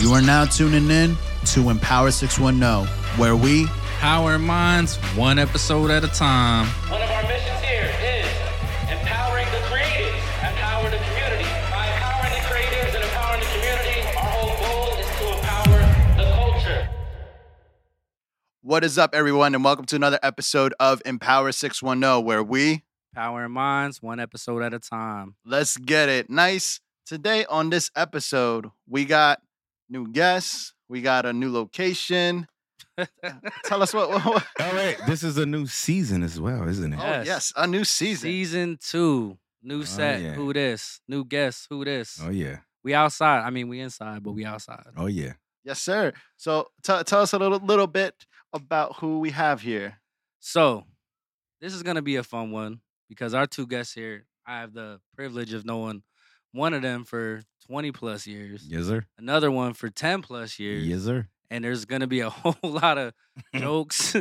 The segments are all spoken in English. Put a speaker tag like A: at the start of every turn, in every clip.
A: You are now tuning in to Empower 610, where we
B: Power Minds, one episode at a time.
C: One of our missions here is empowering the creatives, empower the community. By empowering the creatives and empowering the community, our whole goal is to empower the culture.
A: What is up, everyone, and welcome to another episode of Empower 610, where we
B: Power Minds, one episode at a time.
A: let's get it nice. Today on this episode, we got new guests, we got a new location. Tell us what, what, what-
D: All right, this is a new season as well, isn't it?
A: Oh,
B: Yes.
A: yes, a new season.
B: Season two, new set.
D: Oh, yeah.
B: Who this? New guest. Who this?
D: Oh yeah,
B: We outside. I mean, we inside, but we outside.
D: oh yeah.
A: Yes, sir. So tell tell us a little, little bit about who we have here.
B: So, this is gonna be a fun one because our two guests here, I have the privilege of knowing one of them for 20 plus years,
D: Yes sir.
B: another one for 10 plus years,
D: Yes sir.
B: and there's gonna be a whole lot of jokes,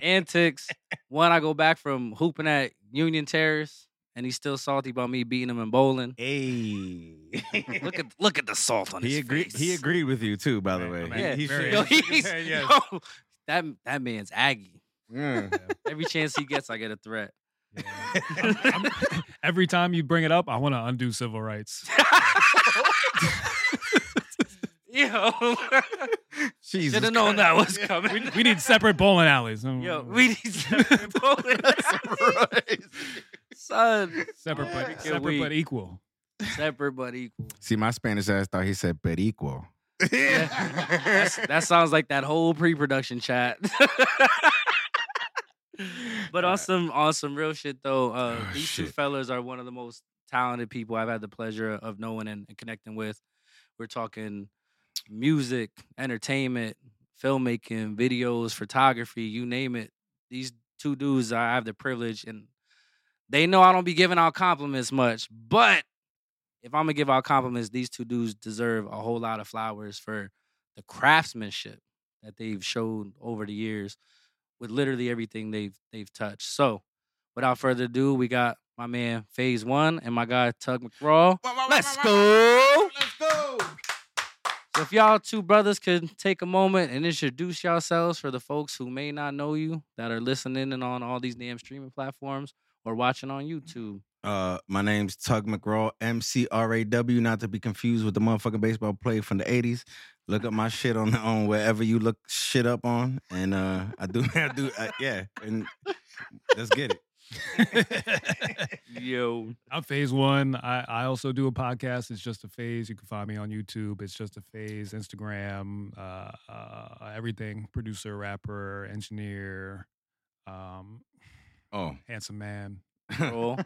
B: antics. One I go back from hooping at Union Terrace, and he's still salty about me beating him in bowling.
D: Hey.
B: Look at look at the salt on
D: he
B: his
D: agreed.
B: face.
D: He agreed with you too, by the way.
E: Right, I'm
D: He-
B: Yeah.
D: he
E: Very
D: shared-
B: Yo,
E: agreed.
B: he's,
E: Yes.
B: yo, that that man's Aggie.
D: Yeah.
B: Every chance he gets, I get a threat.
E: I'm- I'm- every time you bring it up, I want to undo civil rights.
B: Yo,
D: Jesus
B: should have known
D: Christ.
B: that was coming.
E: We need separate bowling alleys. Mm.
B: Yo, we need separate bowling alleys. son.
E: separate,
A: Yeah.
E: but,
A: Get
E: separate
B: weak.
E: but equal.
B: Separate but equal.
D: See, my Spanish ass thought he said "but equal."
B: That's- that sounds like that whole pre-production chat. but on some on some real shit though, uh,
D: Oh,
B: these two
D: shit.
B: fellas are one of the most talented people I've had the pleasure of knowing and, and connecting with. We're talking music, entertainment, filmmaking, videos, photography, you name it. These two dudes, I have the privilege, and they know I don't be giving out compliments much, but if I'm gonna give out compliments, these two dudes deserve a whole lot of flowers for the craftsmanship that they've showed over the years with literally everything they've they've touched. So, without further ado, we got my man Phase One and my guy Tug McGraw. Let's go.
D: Let's go.
B: So, if y'all two brothers could take a moment and introduce yourselves for the folks who may not know you that are listening and on all these damn streaming platforms or watching on YouTube.
D: Uh, my name's Tug McGraw, M C R A W, not to be confused with the motherfucking baseball player from the '80s. Look up my shit on on wherever you look shit up on, and uh, I do, I do, uh, yeah, and let's get it.
B: Yo,
E: I'm phase one. I, I also do a podcast. It's just a phase. You can find me on YouTube. It's just a phase. Instagram, uh, uh, everything. Producer, rapper, engineer, um,
D: Oh,
E: handsome man.
B: troll,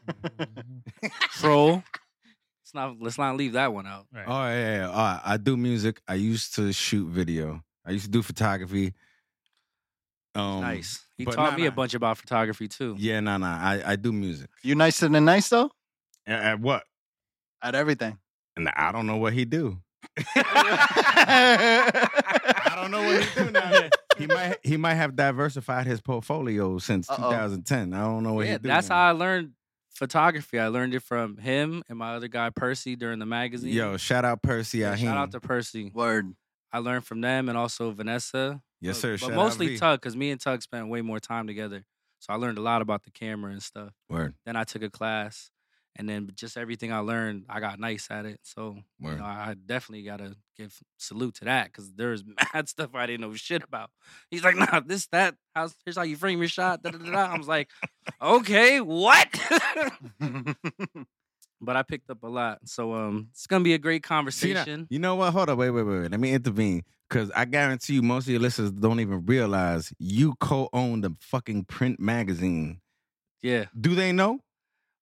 B: troll. Let's not let's not leave that one out.
E: Right.
D: Oh yeah, yeah, yeah. Uh, I do music. I used to shoot video. I used to do photography. Um,
B: nice. He
D: but
B: taught
D: nah,
B: me a
D: nah.
B: bunch about photography too.
D: Yeah, nah, nah. I, I do music.
A: You nicer than nice though
D: At, at what?
A: at everything.
D: And I don't know what he do.
A: I
D: I don't know what he do now. he might he might have diversified his portfolio since
A: Uh-oh.
D: 2010. I don't know what
B: yeah,
D: he do.
B: that's
D: now.
B: how I learned photography. I learned it from him and my other guy Percy during the magazine.
D: Yo, shout out Percy
B: Yeah,
D: Ahim.
B: shout out to Percy.
A: Word.
B: I learned from them and also Vanessa.
D: yes
B: But-
D: sir.
B: But
D: shout out
B: mostly
D: V.
B: Tug, because me and Tug spent way more time together. So I learned a lot about the camera and stuff.
D: Word,
B: Then I took a class, and then just everything I learned, I got nice at it. So you
D: word.
B: know, I I definitely gotta give salute to that because there's mad stuff I didn't know shit about. He's like, nah, this that. How's here's how you frame your shot. Da, da, da, da. I was like, okay, what? but I picked up a lot, so um, it's gonna be a great
D: See, now-
B: conversation.
D: you know what? Hold on, wait, wait, wait. wait. Let me intervene because I guarantee you, most of your listeners don't even realize you co-own the fucking print magazine.
B: yeah,
D: Do they know?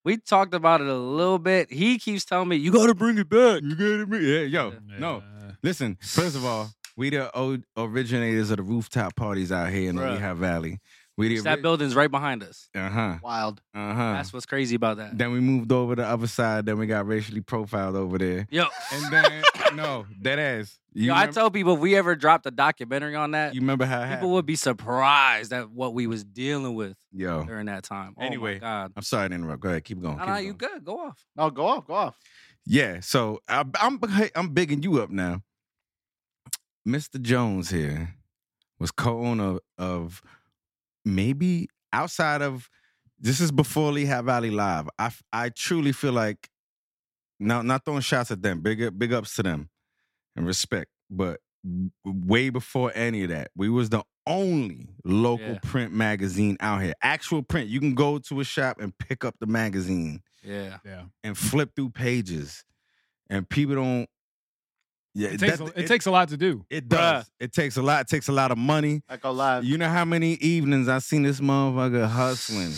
B: we talked about it a little bit. He keeps telling me you gotta bring it back.
D: You get me? Yeah, yo,
E: Yeah.
D: no. Listen, first of all, we the o- originators of the rooftop parties out here in the
B: Bruh.
D: Lehigh Valley. We the
B: That building's right behind us.
D: uh huh,
A: Wild.
D: uh huh.
B: That's what's crazy about that.
D: Then we moved over to the other side. Then we got racially profiled over there.
B: Yo,
D: And then no, that ass. You
B: yo, I
D: remember,
B: tell people if we ever dropped a documentary on that,
D: you remember how it
B: people
D: happened?
B: would be surprised at what we was dealing with.
D: Yo,
B: during that time. Oh my
D: Anyway,
B: God.
D: I'm sorry to interrupt. Go ahead, keep going.
B: Nah,
D: keep
B: nah, you
D: going.
B: good. Go off.
A: No, go off, go off.
D: Yeah, so I, I'm hey, I'm bigging you up now. Mr. Jones here was co-owner of maybe outside of this is before Lehigh Valley Live. I f- I truly feel like now not throwing shots at them. Big up- big ups to them and respect, but w- way before any of that, we was the only local
B: Yeah.
D: print magazine out here. Actual print. You can go to a shop and pick up the magazine
B: Yeah.
E: Yeah.
D: and flip through pages, and people don't. Yeah,
E: It takes,
D: that-
E: a, it, takes a lot to do.
D: It does. It takes a lot. It takes a lot of money.
A: I go live.
D: You know how many evenings I seen this motherfucker hustling,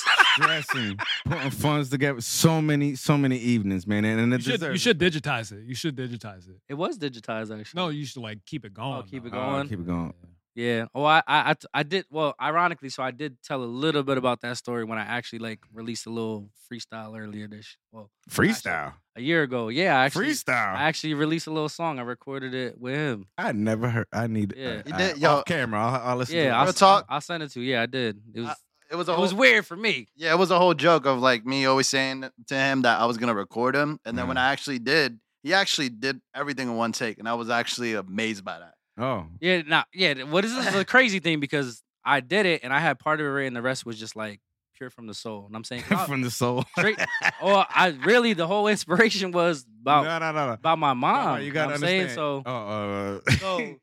D: stressing, putting funds together. So many, so many evenings, man. And, and it
E: You should, you
D: deserves-
E: should digitize it. You should digitize it.
B: It was digitized actually.
E: No, you should like keep it going.
B: keep it
E: though.
D: Oh,
B: going.
D: keep it going.
B: Yeah. Oh, I, I, I t- I did. Well, ironically, so I did tell a little bit about that story when I actually like released a little freestyle earlier this. Well,
D: Freestyle.
B: a year ago. Yeah. I actually,
D: Freestyle.
B: I actually released a little song. I recorded it with him.
D: I never heard. I need. uh,
B: Yeah.
A: You
D: I-
A: did-
D: I-
A: yo-
D: off camera. I'll, I'll listen.
B: Yeah.
D: To
B: I'll,
A: Real
B: s-
A: talk.
B: I'll send it to you. Yeah, I did. It was.
A: it was a
B: it
A: whole,
B: was weird for me.
A: yeah, it was a whole joke of like me always saying to him that I was gonna record him, and then when
D: Mhm.
A: I actually did, he actually did everything in one take, and I was actually amazed by that.
D: oh,
B: Yeah. Now. Yeah. th- What is this? is the crazy thing because I did it and I had part of it right and the rest was just like pure from the soul. And I'm saying. 'cause I-
D: from the soul.
B: straight. Oh, I really the whole inspiration was about
D: no, no, no, no.
B: about my mom.
D: No, no, you gotta
B: know what I'm
D: understand.
B: saying so.
D: Oh, uh,
B: So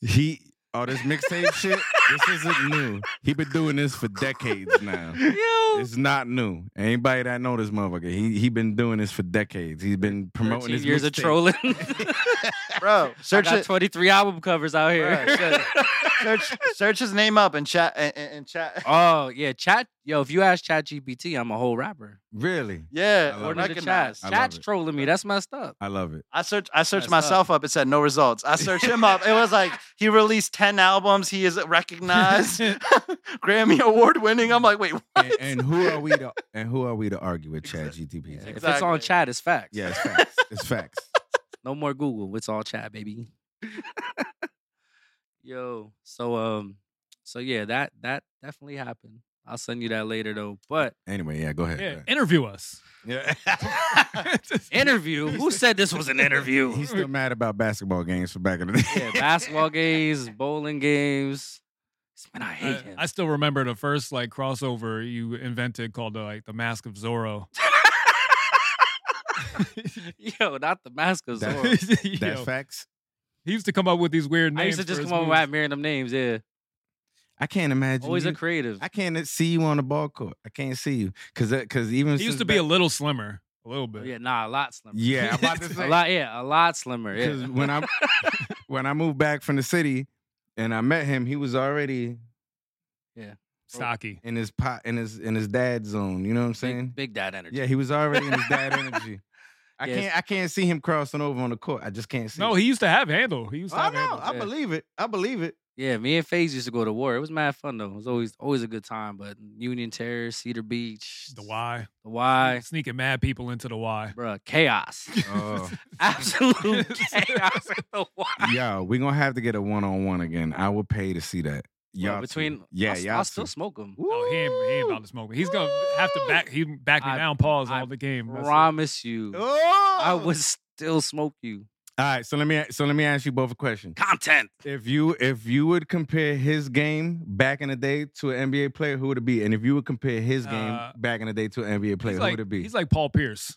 D: He all this mixtape shit. This isn't new. He been doing this for decades now.
B: you
D: It's not new. Anybody that know this motherfucker, he he been doing this for decades. He's been promoting
B: 13
D: his
B: years of
D: mixtape.
B: trolling.
A: Bro,
B: I
A: search
B: got
A: it.
B: 23 album covers out here.
A: Bruh, shit. search search his name up and chat and, and, and chat.
B: oh yeah, chat. Yo, if you ask Chat GPT, I'm a whole rapper.
D: Really,
A: Yeah,
D: I love
B: According
A: recognize.
B: to the chat,
D: I love
B: chat's
D: it.
B: trolling me. That's messed up.
D: I love it.
A: I searched I
B: That's
A: searched myself up. It said no results. I searched him up. It was like he released ten albums. He is recognized, Grammy award winning. I'm like, wait, what?
D: And, and who are we to and who are we to argue with Chad GTP?
B: If it's on
A: Exactly.
B: chat, it's facts.
D: Yeah, it's facts. It's facts.
B: No more Google. It's all chat, baby. Yo, so um, so yeah, that that definitely happened. I'll send you that later though. But
D: Anyway, yeah, go
E: Yeah.
D: ahead.
E: Interview us.
D: Yeah.
E: Just-
B: interview? Who said this was an interview?
D: He's still mad about basketball games from back in the day.
B: yeah, basketball games, bowling games. Man, I hate
E: I,
B: him.
E: I still remember the first like crossover you invented called the, like the Mask of Zorro.
B: Yo, not the mask of
D: That-
B: Zorro.
D: That's
E: Yo,
D: facts.
E: He used to come up with these weird names.
B: I used to
E: for
B: just
E: his
B: come up with
E: moves.
B: random names. Yeah,
D: I can't imagine.
B: always
D: you-
B: a creative.
D: I can't see you on the ball court. I can't see you because because even
E: He used
D: since
E: to be a
D: back-
E: little slimmer, a little
B: But
E: bit.
B: Oh, yeah, nah, a lot slimmer.
D: yeah. I'm about to
B: a
D: say,
B: lot. Yeah, a lot slimmer.
D: Because
B: Yeah.
D: when I when I moved back from the city and I met him, he was already
E: Stocky.
D: in his pot in his in his dad zone. You know what I'm saying?
B: Big, big dad energy.
D: Yeah, he was already in his dad energy. I
B: Yes.
D: can't I can't see him crossing over on the court. I just can't see.
E: No,
D: it.
E: he used to have handle. He used to
D: I
E: have
D: know.
E: handle.
D: I
B: yeah.
D: believe it. I believe it.
B: Yeah, me and FaZe used to go to war. It was mad fun though. It was always always a good time. But Union Terrace, Cedar Beach,
E: The Y.
B: the Y,
E: Sneaking mad people into the Y.
B: bruh, chaos,
D: Oh,
B: absolute chaos at the Y.
D: yo, we're gonna have to get a one on one again. I would pay to see that.
B: Well,
D: Y'all two.
B: between
D: yeah,
B: I'll, s-
D: y'all
B: I'll still
D: two.
B: smoke them.
E: Oh, he ain't, he ain't about to smoke. He's gonna have to back. He back me
B: I-
E: down. Pause
B: I
E: all the game. That's it.
B: Promise you,
D: Oh!
B: I would still smoke you.
D: All right, so let me so let me ask you both a question.
B: Content.
D: If you if you would compare his game back in the day to an NBA player, who would it be? And if you would compare his game
E: Uh,
D: back in the day to an NBA player,
E: He's
D: who
E: like,
D: would it be?
E: he's like Paul Pierce.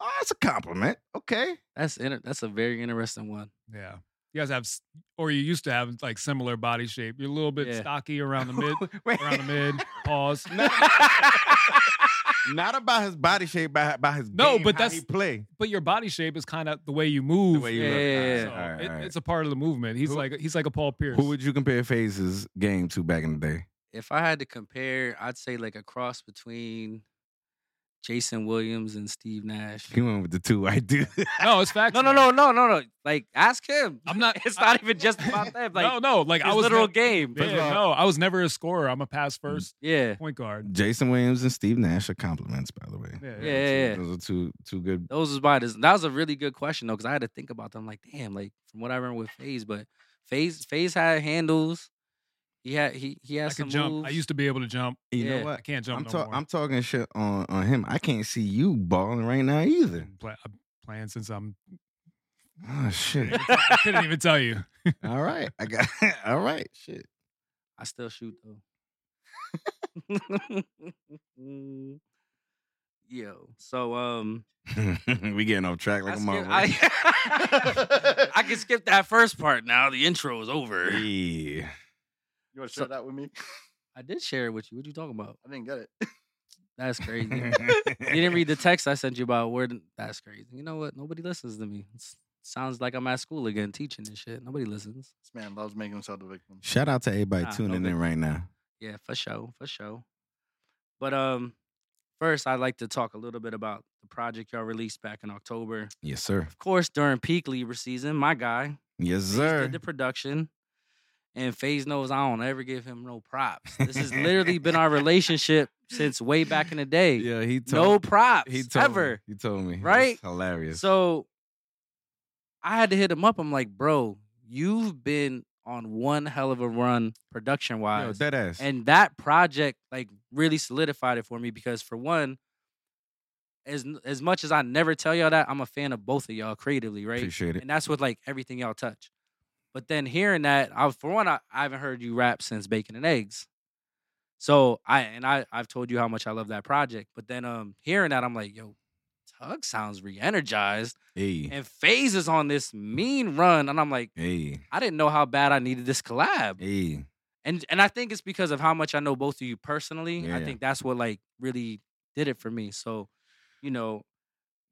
D: oh, that's a compliment. Okay.
B: That's inter- that's a very interesting one.
E: Yeah. You guys have, s- or you used to have like similar body shape. You're a little bit
B: Yeah.
E: stocky around the mid,
D: Wait,
E: around the mid. Pause.
D: not about his body shape, by by his
E: No,
D: game,
E: but
D: how
E: that's-
D: he play.
E: But your body shape is kind of the way you move.
D: way you
B: look. Yeah.
E: So
D: All right,
E: it-
D: all right.
E: It's a part of the movement. He's
D: Who-
E: like he's like a Paul Pierce.
D: Who would you compare Phase's game to back in the day?
B: If I had to compare, I'd say like a cross between Jason Williams and Steve Nash.
D: He went with the two I do.
E: no, it's facts.
B: No, no,
E: man.
B: no, no, no, no. Like ask him.
E: I'm not-
B: It's not even just about them. Like
E: no, no. Like I
B: his
E: was
B: literal
E: ne-
B: game.
E: Yeah, no, I was never a scorer. I'm a pass
D: Mm.
E: first
B: Yeah,
E: point guard.
D: Jason Williams and Steve Nash are compliments, by the way.
E: Yeah,
B: yeah, yeah, yeah.
D: Those are two two good.
B: those was my. That was a really good question though, because I had to think about them. Like damn, like from what I remember with Phase, but Phase Phase had handles. He had he he
E: I
B: had some
E: could jump.
B: moves.
E: I used to be able to jump.
D: You
B: Yeah.
D: know
E: I
D: what?
E: can't jump
D: I'm,
E: no
D: ta-
E: more.
D: I'm talking shit on, on him. I can't see you balling right now either.
E: Play, I'm playing since I'm
D: Oh shit.
E: I couldn't even tell you.
D: all right. I got all right. Shit.
B: I still shoot though. Yo, so um,
D: we getting off track like
B: I
D: a
B: skip-
D: mother.
B: I, I can skip that first part now. The intro is over.
D: Yeah.
A: You want to
B: So-
A: share that with me?
B: I did share it with you. What you talking about?
A: I didn't get it.
B: That's crazy. you didn't read the text I sent you about where. th- That's crazy. You know what? Nobody listens to me. It's, sounds like I'm at school again teaching and shit. Nobody listens.
A: This man loves making himself the victim.
D: Shout out to everybody
B: Nah,
D: tuning
B: okay.
D: in right now.
B: Yeah, for sure, for sure. But um, first I'd like to talk a little bit about the project y'all released back in October.
D: Yes, sir.
B: Of course, during peak Libra season, my guy,
D: Yes,
B: Phase
D: sir.
B: did the production. And Phase knows I don't ever give him no props. This has literally been our relationship since way back in the day.
D: Yeah, he
B: no
D: told
B: props
D: he told
B: ever.
D: Me, he told me. It's
B: Right?
D: hilarious.
B: So I had to hit him up. I'm like, bro, you've been on one hell of a run production wise.
D: Yo, dead ass.
B: And that project like really solidified it for me because for one, as as much as I never tell y'all that, I'm a fan of both of y'all creatively, right?
D: Appreciate it.
B: And that's with like everything y'all touch. But then hearing that, I for one, I, I haven't heard you rap since Bacon and Eggs. So I and I I've told you how much I love that project. But then um hearing that, I'm like, yo, Tug sounds re-energized.
D: Hey.
B: And Phase is on this mean run. And I'm like,
D: Hey.
B: I didn't know how bad I needed this collab
D: Hey.
B: and and I think it's because of how much I know both of you personally.
D: Yeah,
B: I
D: yeah.
B: think that's what like really did it for me. So, you know,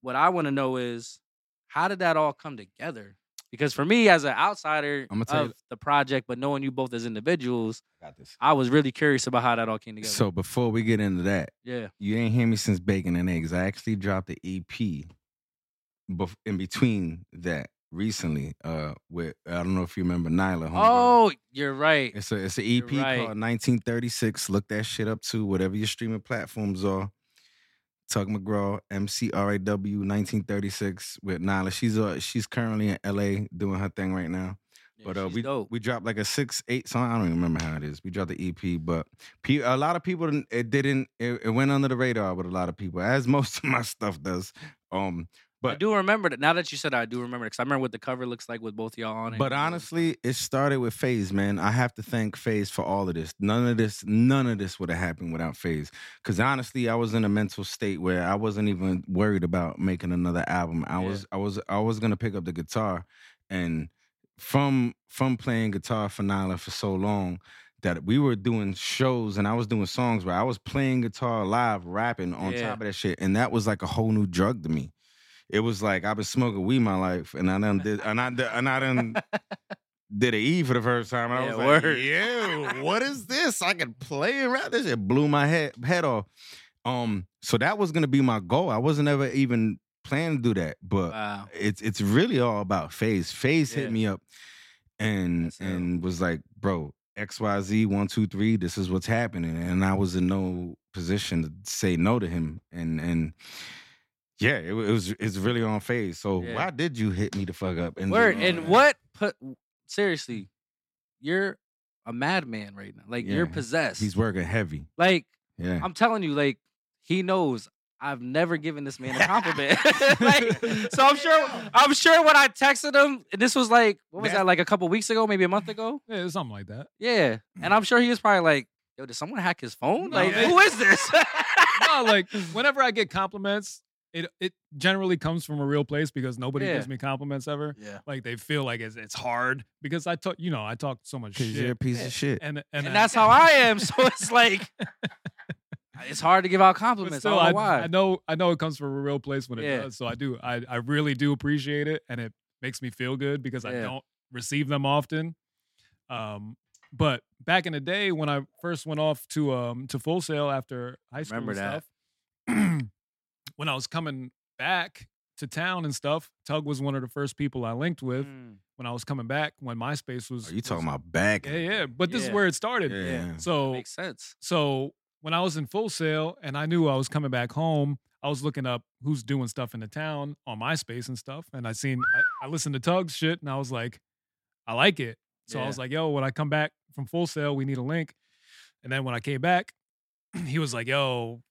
B: what I want to know is how did that all come together? Because for me, as an outsider
D: I'ma tell
B: of
D: you-
B: the project, but knowing you both as individuals,
D: Got this.
B: I was really curious about how that all came together.
D: So before we get into that,
B: yeah,
D: you ain't hear me since bacon and eggs. I actually dropped the EP bef- in between that recently. Uh, with I don't know if you remember Nyla. homegirl.
B: oh, you're right.
D: it's a it's an EP
B: You're right.
D: called 1936. Look that shit up too. Whatever your streaming platforms are. Tug McGraw, MCRAW, 1936 with Nyla. She's uh she's currently in LA doing her thing right now.
B: Yeah,
D: But uh,
B: she's
D: we
B: dope.
D: we dropped like a six eight song. I don't even remember how it is. We dropped the EP, but pe- a lot of people didn't- it didn't it, it went under the radar with a lot of people, as most of my stuff does. Um,
B: I
D: but
B: do remember that. Now that you said, it, I do remember because I remember what the cover looks like with both of y'all on it.
D: but honestly, it started with Phase, man. I have to thank Phase for all of this. None of this, none of this would have happened without Phase. Because honestly, I was in a mental state where I wasn't even worried about making another album. I
B: Yeah.
D: was, I was, I was gonna pick up the guitar, and from from playing guitar for Nyla for so long that we were doing shows and I was doing songs where I was playing guitar live, rapping on
B: Yeah.
D: top of that shit, and that was like a whole new drug to me. It was like I've been smoking weed my life, and I done did, and I done- and I done did an E for the first time. And
B: Yeah,
D: I was
B: word.
D: like, "Yeah, what is this? I can play and rap this." It blew my head head off. Um, so that was gonna be my goal. I wasn't ever even planning to do that, but
B: wow,
D: it's it's really all about phase. Phase
B: Yeah.
D: hit me up and
B: That's dope.
D: and was like, bro, XYZ one, two, three, this is what's happening. And I was in no position to say no to him. And and yeah, it, wa- it was it's really on phase. So
B: Yeah.
D: why did you hit me the fuck up? And
B: Word and what put seriously, you're a madman right now. Like you're
D: Yeah,
B: possessed.
D: he's working heavy.
B: like
D: Yeah.
B: I'm telling you, like he knows I've never given this man a compliment. like, so I'm sure I'm sure when I texted him, and this was like what was that like a couple weeks ago, maybe a month ago?
E: Yeah, something like that.
B: Yeah, and I'm sure he was probably like, "Yo, did someone hack his phone?
E: Mm. No,
B: like,
E: they-
B: who is this?"
E: no, like whenever I get compliments, it it generally comes from a real place because nobody
B: Yeah.
E: gives me compliments ever.
A: Yeah.
E: Like they feel like it's it's hard because I talk, you know, I talk so much
D: Cause you're a
E: shit.
D: piece of shit.
E: And, and, I-
B: and that's how I am. So it's like it's hard to give out compliments.
E: But still,
B: I
E: I,
B: don't know why.
E: I know I know it comes from a real place when it
B: Yeah.
E: does. So I do I, I really do appreciate it and it makes me feel good because I
B: Yeah.
E: don't receive them often. Um but back in the day when I first went off to um to full sail after high school
B: Remember that.
E: and stuff, when I was coming back to town and stuff, Tug was one of the first people I linked with
B: Mm. Oh,
E: when I was coming back when MySpace was
D: Are Oh, you talking
E: was-
D: about back?
E: Yeah, yeah. But this
B: Yeah.
E: is where it started.
D: Yeah.
E: So
B: makes sense.
E: so when I was in full sale and I knew I was coming back home, I was looking up who's doing stuff in the town on MySpace and stuff. And I seen, I, I listened to Tug's shit and I was like, I like it. So I was
B: Yeah.
E: like, yo, when I come back from full sale, we need a link. And then when I came back, he was like, yo,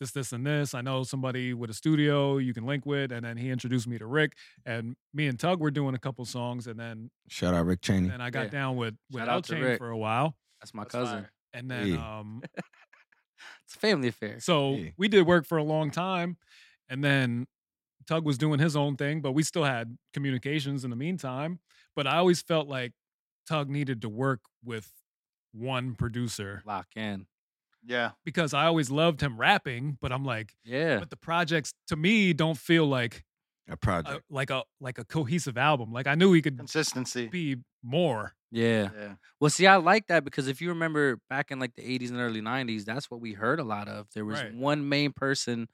E: this, this, and this. I know somebody with a studio you can link with. And then he introduced me to Rick. And me and Tug were doing a couple songs. And then
D: Shout out Rick Cheney.
E: and I got
B: Mm, Yeah.
E: down with, with
B: Shout out to
E: Elchain
B: Rick.
E: for a while.
B: That's my
F: That's
B: cousin.
F: fire.
E: And then
D: Yeah.
E: um,
B: It's a family affair.
E: So
D: Yeah.
E: we did work for a long time, and then Tug was doing his own thing, but we still had communications in the meantime. But I always felt like Tug needed to work with one producer
B: Lock in.
A: Yeah.
E: because I always loved him rapping, but I'm like,
B: Yeah.
E: but the projects to me don't feel like
D: A
E: a,
D: project.
E: like a like a cohesive album. Like I knew he could
A: Consistency.
E: be more.
B: Yeah.
A: Yeah.
B: Well, see, I like that because if you remember back in like the 80s and early 90s, that's what we heard a lot of. There was
E: Right.
B: one main person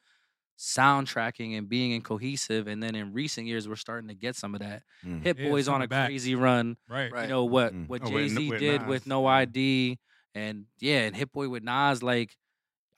B: soundtracking and being in cohesive. And then in recent years, we're starting to get some of that.
D: Mm.
B: Uh, Hit
E: Yeah,
B: Boy's
E: some
B: on
E: of
B: a
E: it back.
B: crazy run.
E: Right.
A: Right.
B: You know what
D: Mm.
B: what
F: Oh,
B: Jay
F: with-
B: Z
F: with
B: did with
F: Nas,
B: No
F: yeah.
B: ID and yeah, and Hit Boy with Nas. Like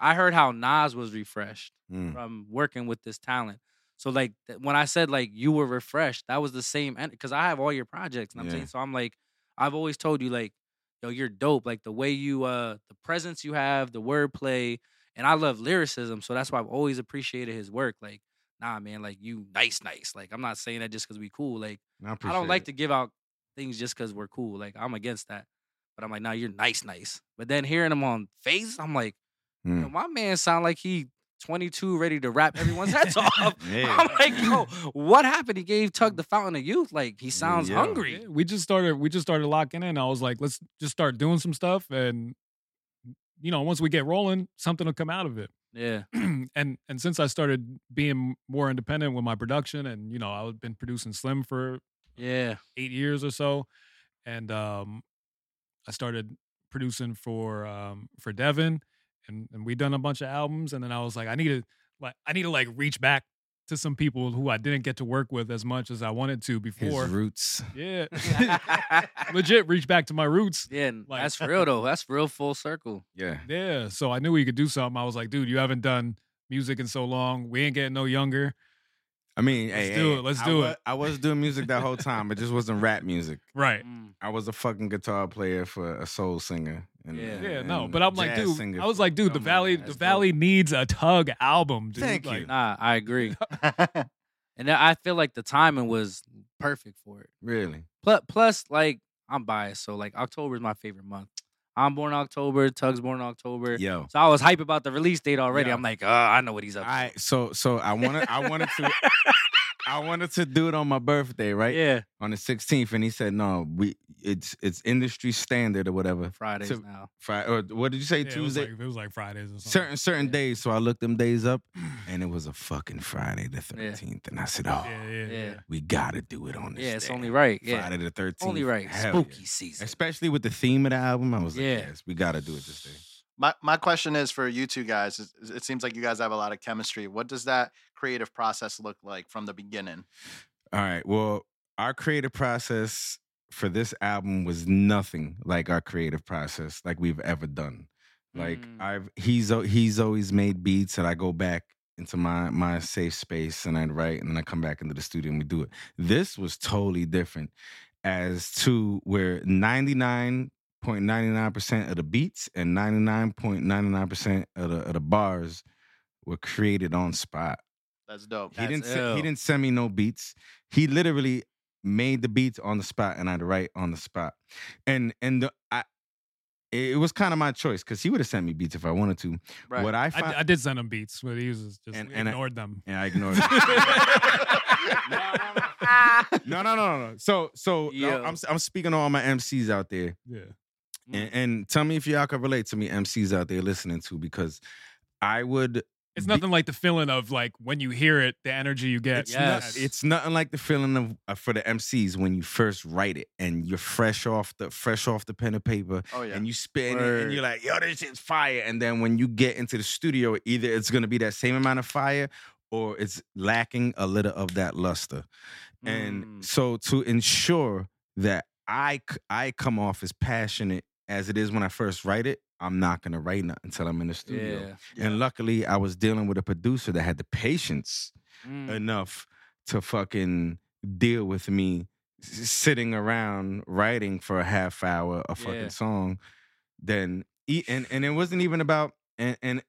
B: I heard how Nas was refreshed
D: Mm.
B: from working with this talent. So like th- when I said like you were refreshed, that was the same because I have all your projects and I'm
D: Yeah.
B: saying so I'm like I've always told you like yo you're dope like the way you uh the presence you have the wordplay and I love lyricism so that's why I've always appreciated his work like nah man like you nice nice like I'm not saying that just because we cool like
D: I,
B: I don't
D: appreciate
B: like
D: it.
B: to give out things just because we're cool. Like I'm against that. But I'm like, nah, you're nice, nice. But then hearing him on phase, I'm like,
D: Mm.
B: yo, my man sound like he 22, ready to rap everyone's heads off.
D: Yeah. Mm.
B: I'm like, yo, what happened? He gave Tug the Fountain of Youth. Like he sounds
D: yeah.
B: hungry.
E: Yeah, we just started we just started locking in. I was like, let's just start doing some stuff and you know, once we get rolling, something will come out of it.
B: Yeah,
E: and and since I started being more independent with my production and you know, I've been producing Slim for
B: yeah,
E: 8 years or so and um I started producing for um for Devin and and we done a bunch of albums and then I was like I need to like I need to like reach back to some people who I didn't get to work with as much as I wanted to
D: his
E: before.
D: roots.
E: Yeah.
B: yeah.
E: legit reach back to my roots.
B: and
E: Like-
B: that's real though. That's real full circle.
D: Yeah.
E: Yeah. So I knew we could do something. I was like, dude, you haven't done music in so long. We ain't getting no younger.
D: I mean,
E: Let's
D: hey,
E: do
D: hey,
E: it, let's
D: I
E: do
D: wa-
E: it.
D: I was doing music that whole time. It just wasn't rap music.
E: Right.
B: Mm.
D: I was a fucking guitar player for a soul singer. And,
B: Yeah.
D: and-
E: Yeah, no.
D: and
E: But I'm like,
D: jazz
E: dude,
D: singer
E: I was
D: for-
E: like, dude, the
D: come on,
E: Valley,
D: man,
E: the
D: that's dope.
E: Valley needs a tug album, dude.
D: Thank
E: Like,
D: you.
B: Nah, I agree. And then I feel like the timing was perfect for it.
D: Really?
B: Plus, plus, like I'm biased, so like October is my favorite month. I'm born October. Tug's born October.
D: Yo.
B: So I was hype about the release date already.
E: Yeah.
B: I'm like, uh, I know what he's up
D: All
B: to.
D: right. So so I wanted I wanted to I wanted to do it on my birthday, right?
B: Yeah,
D: On the 16th, and he said, "No, we it's it's industry standard or whatever."
B: Fridays
D: So-
B: now.
D: Friday, or what did you say?
E: yeah, It was,
D: Tuesday.
E: like, it was like Fridays or something.
D: certain certain
B: Yeah.
D: days. So I looked them days up, and it was a fucking Friday the 13th, and I said, "Oh,
E: Yeah, yeah, yeah.
B: Yeah.
D: we gotta do it on this."
B: Yeah, it's
D: day.
B: only right. Yeah,
D: Friday the 13th.
B: only right.
D: Hell yeah.
B: Spooky season.
D: Especially with the theme of the album, I was like,
B: Yeah.
D: yes, we gotta do it this day.
A: My my question is for you two guys. is- is- It seems like you guys have a lot of chemistry. What does that creative process look like from the beginning?
D: All right. Well, our creative process for this album was nothing like our creative process like we've ever done. Like
B: Mm.
D: I've he's al- he's always made beats and I go back into my my safe space and I write and then I come back into the studio and we do it. This was totally different as to where 99.99% of the beats and 99.99% of the of the bars were created on spot.
A: That's dope.
D: He didn't.
B: That's
D: se- he
B: ill.
D: didn't send me no beats. He literally made the beats on the spot, and I'd write on the spot. And and the, I, it was kind of my choice because he would have sent me beats if I wanted to.
A: Right.
D: What I
E: I,
D: find,
E: I did send him beats, but he was just
D: And-
E: we
D: and I-
E: ignored them.
D: and I ignored. it. no, no, no, no, no. So so no,
B: Yo.
D: I'm I'm speaking to all my MCs out there.
E: Yeah.
D: And, and tell me if y'all can relate to me, MCs out there listening to, because I would.
E: It's
D: Be-
E: nothing like the feeling of like when you hear it, the energy you get.
D: It's,
B: Yes.
D: not, it's nothing like the feeling of uh, for the MCs when you first write it and you're fresh off the fresh off the pen and paper
A: Oh yeah.
D: and you spin it and
B: Word.
D: you're like, yo, this shit's fire. And then when you get into the studio, either it's gonna be that same amount of fire or it's lacking a little of that luster. And
B: Mm.
D: so to ensure that I c- I come off as passionate as it is when I first write it, I'm not gonna write nothing until I'm in the studio.
B: yeah,
D: And luckily, I was dealing with a producer that had the patience
B: Mm.
D: enough to fucking deal with me s- sitting around writing for a half hour a fucking
B: Yeah.
D: song then e- and and it wasn't even about and and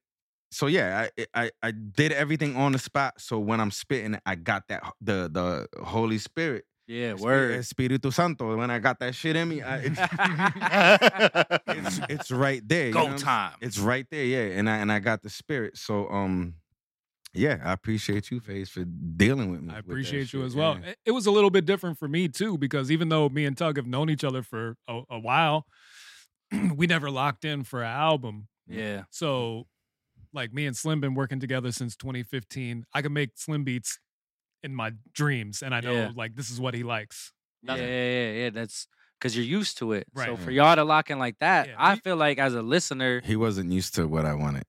D: so yeah, I, I I did everything on the spot. So when I'm spitting, I got that h- the the Holy Spirit,
B: Yeah,
D: Spi-
B: word.
D: Espiritu Santo. When I got that shit in me, I, it's, it's it's right there. you know what
B: Go
D: I'm
B: time.
D: It's right there, yeah. And I and I got the spirit. So um yeah, I appreciate you, Faze, for dealing with me.
E: I
D: with that
E: appreciate you
D: shit,
E: as well.
D: yeah.
E: It- It was a little bit different for me too, because even though me and Tug have known each other for a, a while, we never locked in for an album.
B: Yeah.
E: So, like me and Slim been working together since 2015. I can make Slim beats in my dreams, and I know
B: Yeah.
E: like this is what he likes.
B: Yeah, yeah, yeah, yeah. That's because you're used to it. So
E: Right.
D: Mm.
B: for y'all to lock in like that,
E: Yeah,
B: I
E: we-
B: feel like as a listener,
D: He wasn't used to what I wanted.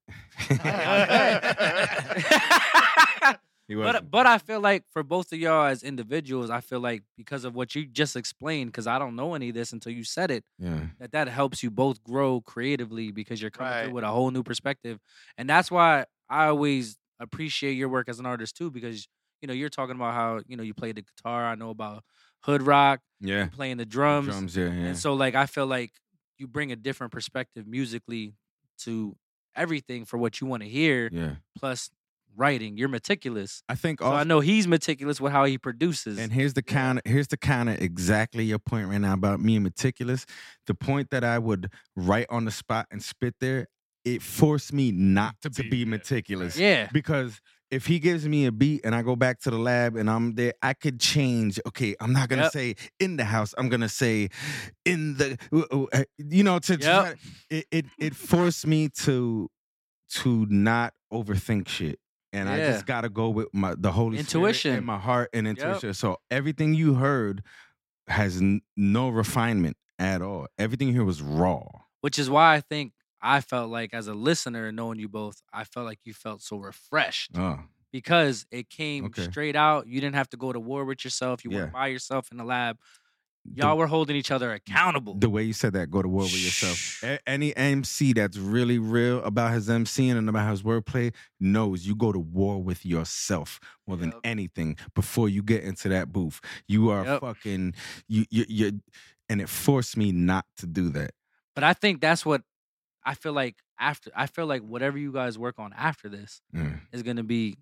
D: he
B: but uh, but I feel like for both of y'all as individuals, I feel like because of what you just explained, because I don't know any of this until you said it,
D: yeah.
B: that that helps you both grow creatively because you're coming
A: Right.
B: through with a whole new perspective, and that's why I always appreciate your work as an artist too because you know you're talking about how you know you play the guitar. I know about hood rock,
D: Yeah.
B: playing the drums
D: Drums, yeah, yeah.
B: And so like I feel like you bring a different perspective musically to everything for what you want to hear,
D: yeah.
B: plus writing. You're meticulous.
D: I think
B: So Oh, I
D: also
B: know he's meticulous with how he produces.
D: And here's the counter. Here's the counter. Exactly your point right now about me and meticulous. The point that I would write on the spot and spit there, it forced me not
E: To
D: to,
E: be-
D: be,
E: yeah, right.
D: meticulous.
B: yeah.
D: Because if he gives me a beat and I go back to the lab and I'm there, I could change. Okay, I'm not gonna
B: Yep.
D: say in the house. I'm gonna say in the. w- w- uh, You know, to try-
B: Yep.
D: it it it forced me to to not overthink shit. And I
B: Yeah.
D: just gotta go with my the Holy Spirit
B: Intuition.
D: and my heart and
B: Yep.
D: intuition. So everything you heard has n- no refinement at all. Everything here was raw.
B: Which is why I think I felt like as a listener and knowing you both, I felt like you felt so refreshed
D: Oh,
B: because it came
D: Okay.
B: straight out. You didn't have to go to war with yourself. You weren't
D: Yeah.
B: by yourself in the lab. Y'all were holding each other accountable.
D: the way you said that, go to war with yourself. A- any MC that's really real about his MCing and about his wordplay knows you go to war with yourself more than
B: Yep.
D: anything before you get into that booth. You are
B: Yep.
D: fucking you you you, and it forced me not to do that.
B: But I think that's what I feel like after I feel like whatever you guys work on after this
D: Mm.
B: is gonna be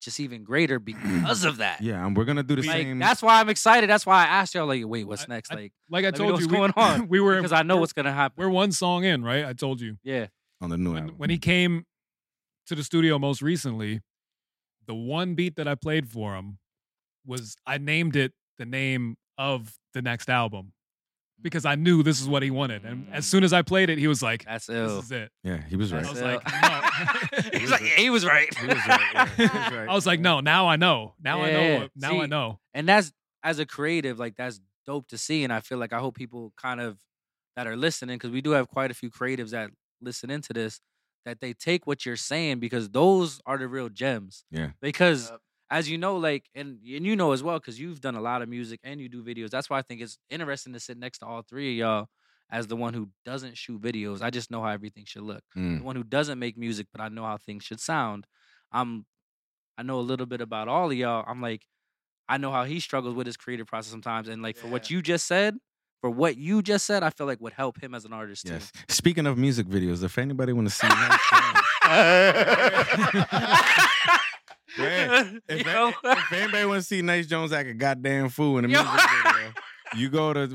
B: just even greater because of that.
D: Yeah, and we're gonna do the
B: Like
D: same.
B: that's why I'm excited. That's why I asked y'all like, wait, what's
E: I-
B: next?
E: I
B: like
E: Like I
B: me know
E: told you,
B: what's
E: we,
B: going on,
E: we were
B: because I know
E: we're-
B: what's gonna happen.
E: we're one song in, right? I told you
B: Yeah.
D: on the new
B: Oh.
E: when,
D: album.
E: when he came to the studio most recently. The one beat that I played for him was I named it the name of the next album
B: Mm.
E: because I knew this is what he wanted. And as soon as I played it, he was like,
B: That's
E: "This
B: ill.
E: is it."
D: yeah, he was
E: I
D: right.
E: was
B: That's ill.
E: like, no.
B: He's like, yeah, he was right.
D: He was right. yeah, he was right.
E: I was like, no, now I know. Now I know.
B: Yeah.
E: what- Now I
B: See,
E: know.
B: and that's as a creative, like that's dope to see. And I feel like I hope people kind of that are listening, because we do have quite a few creatives that listen into this, that they take what you're saying because those are the real gems.
D: Yeah.
B: Because
A: Yup.
B: as you know, like and and you know as well, because you've done a lot of music and you do videos. That's why I think it's interesting to sit next to all three of y'all as the one who doesn't shoot videos. I just know how everything should look
D: Mm.
B: the one who doesn't make music, but I know how things should sound. I'm, I know a little bit about all of y'all. I'm like, I know how he struggles with his creative process sometimes, and like for what you just said, for what you just said, I feel like would help him as an artist
D: Yes. Speaking of music videos, if anybody want to see, him,
B: too.
D: Yeah, if,
B: You
D: that-
B: know?
D: if anybody want to see Nice Jones act a goddamn fool in a
B: Yo.
D: music video, you go to uh,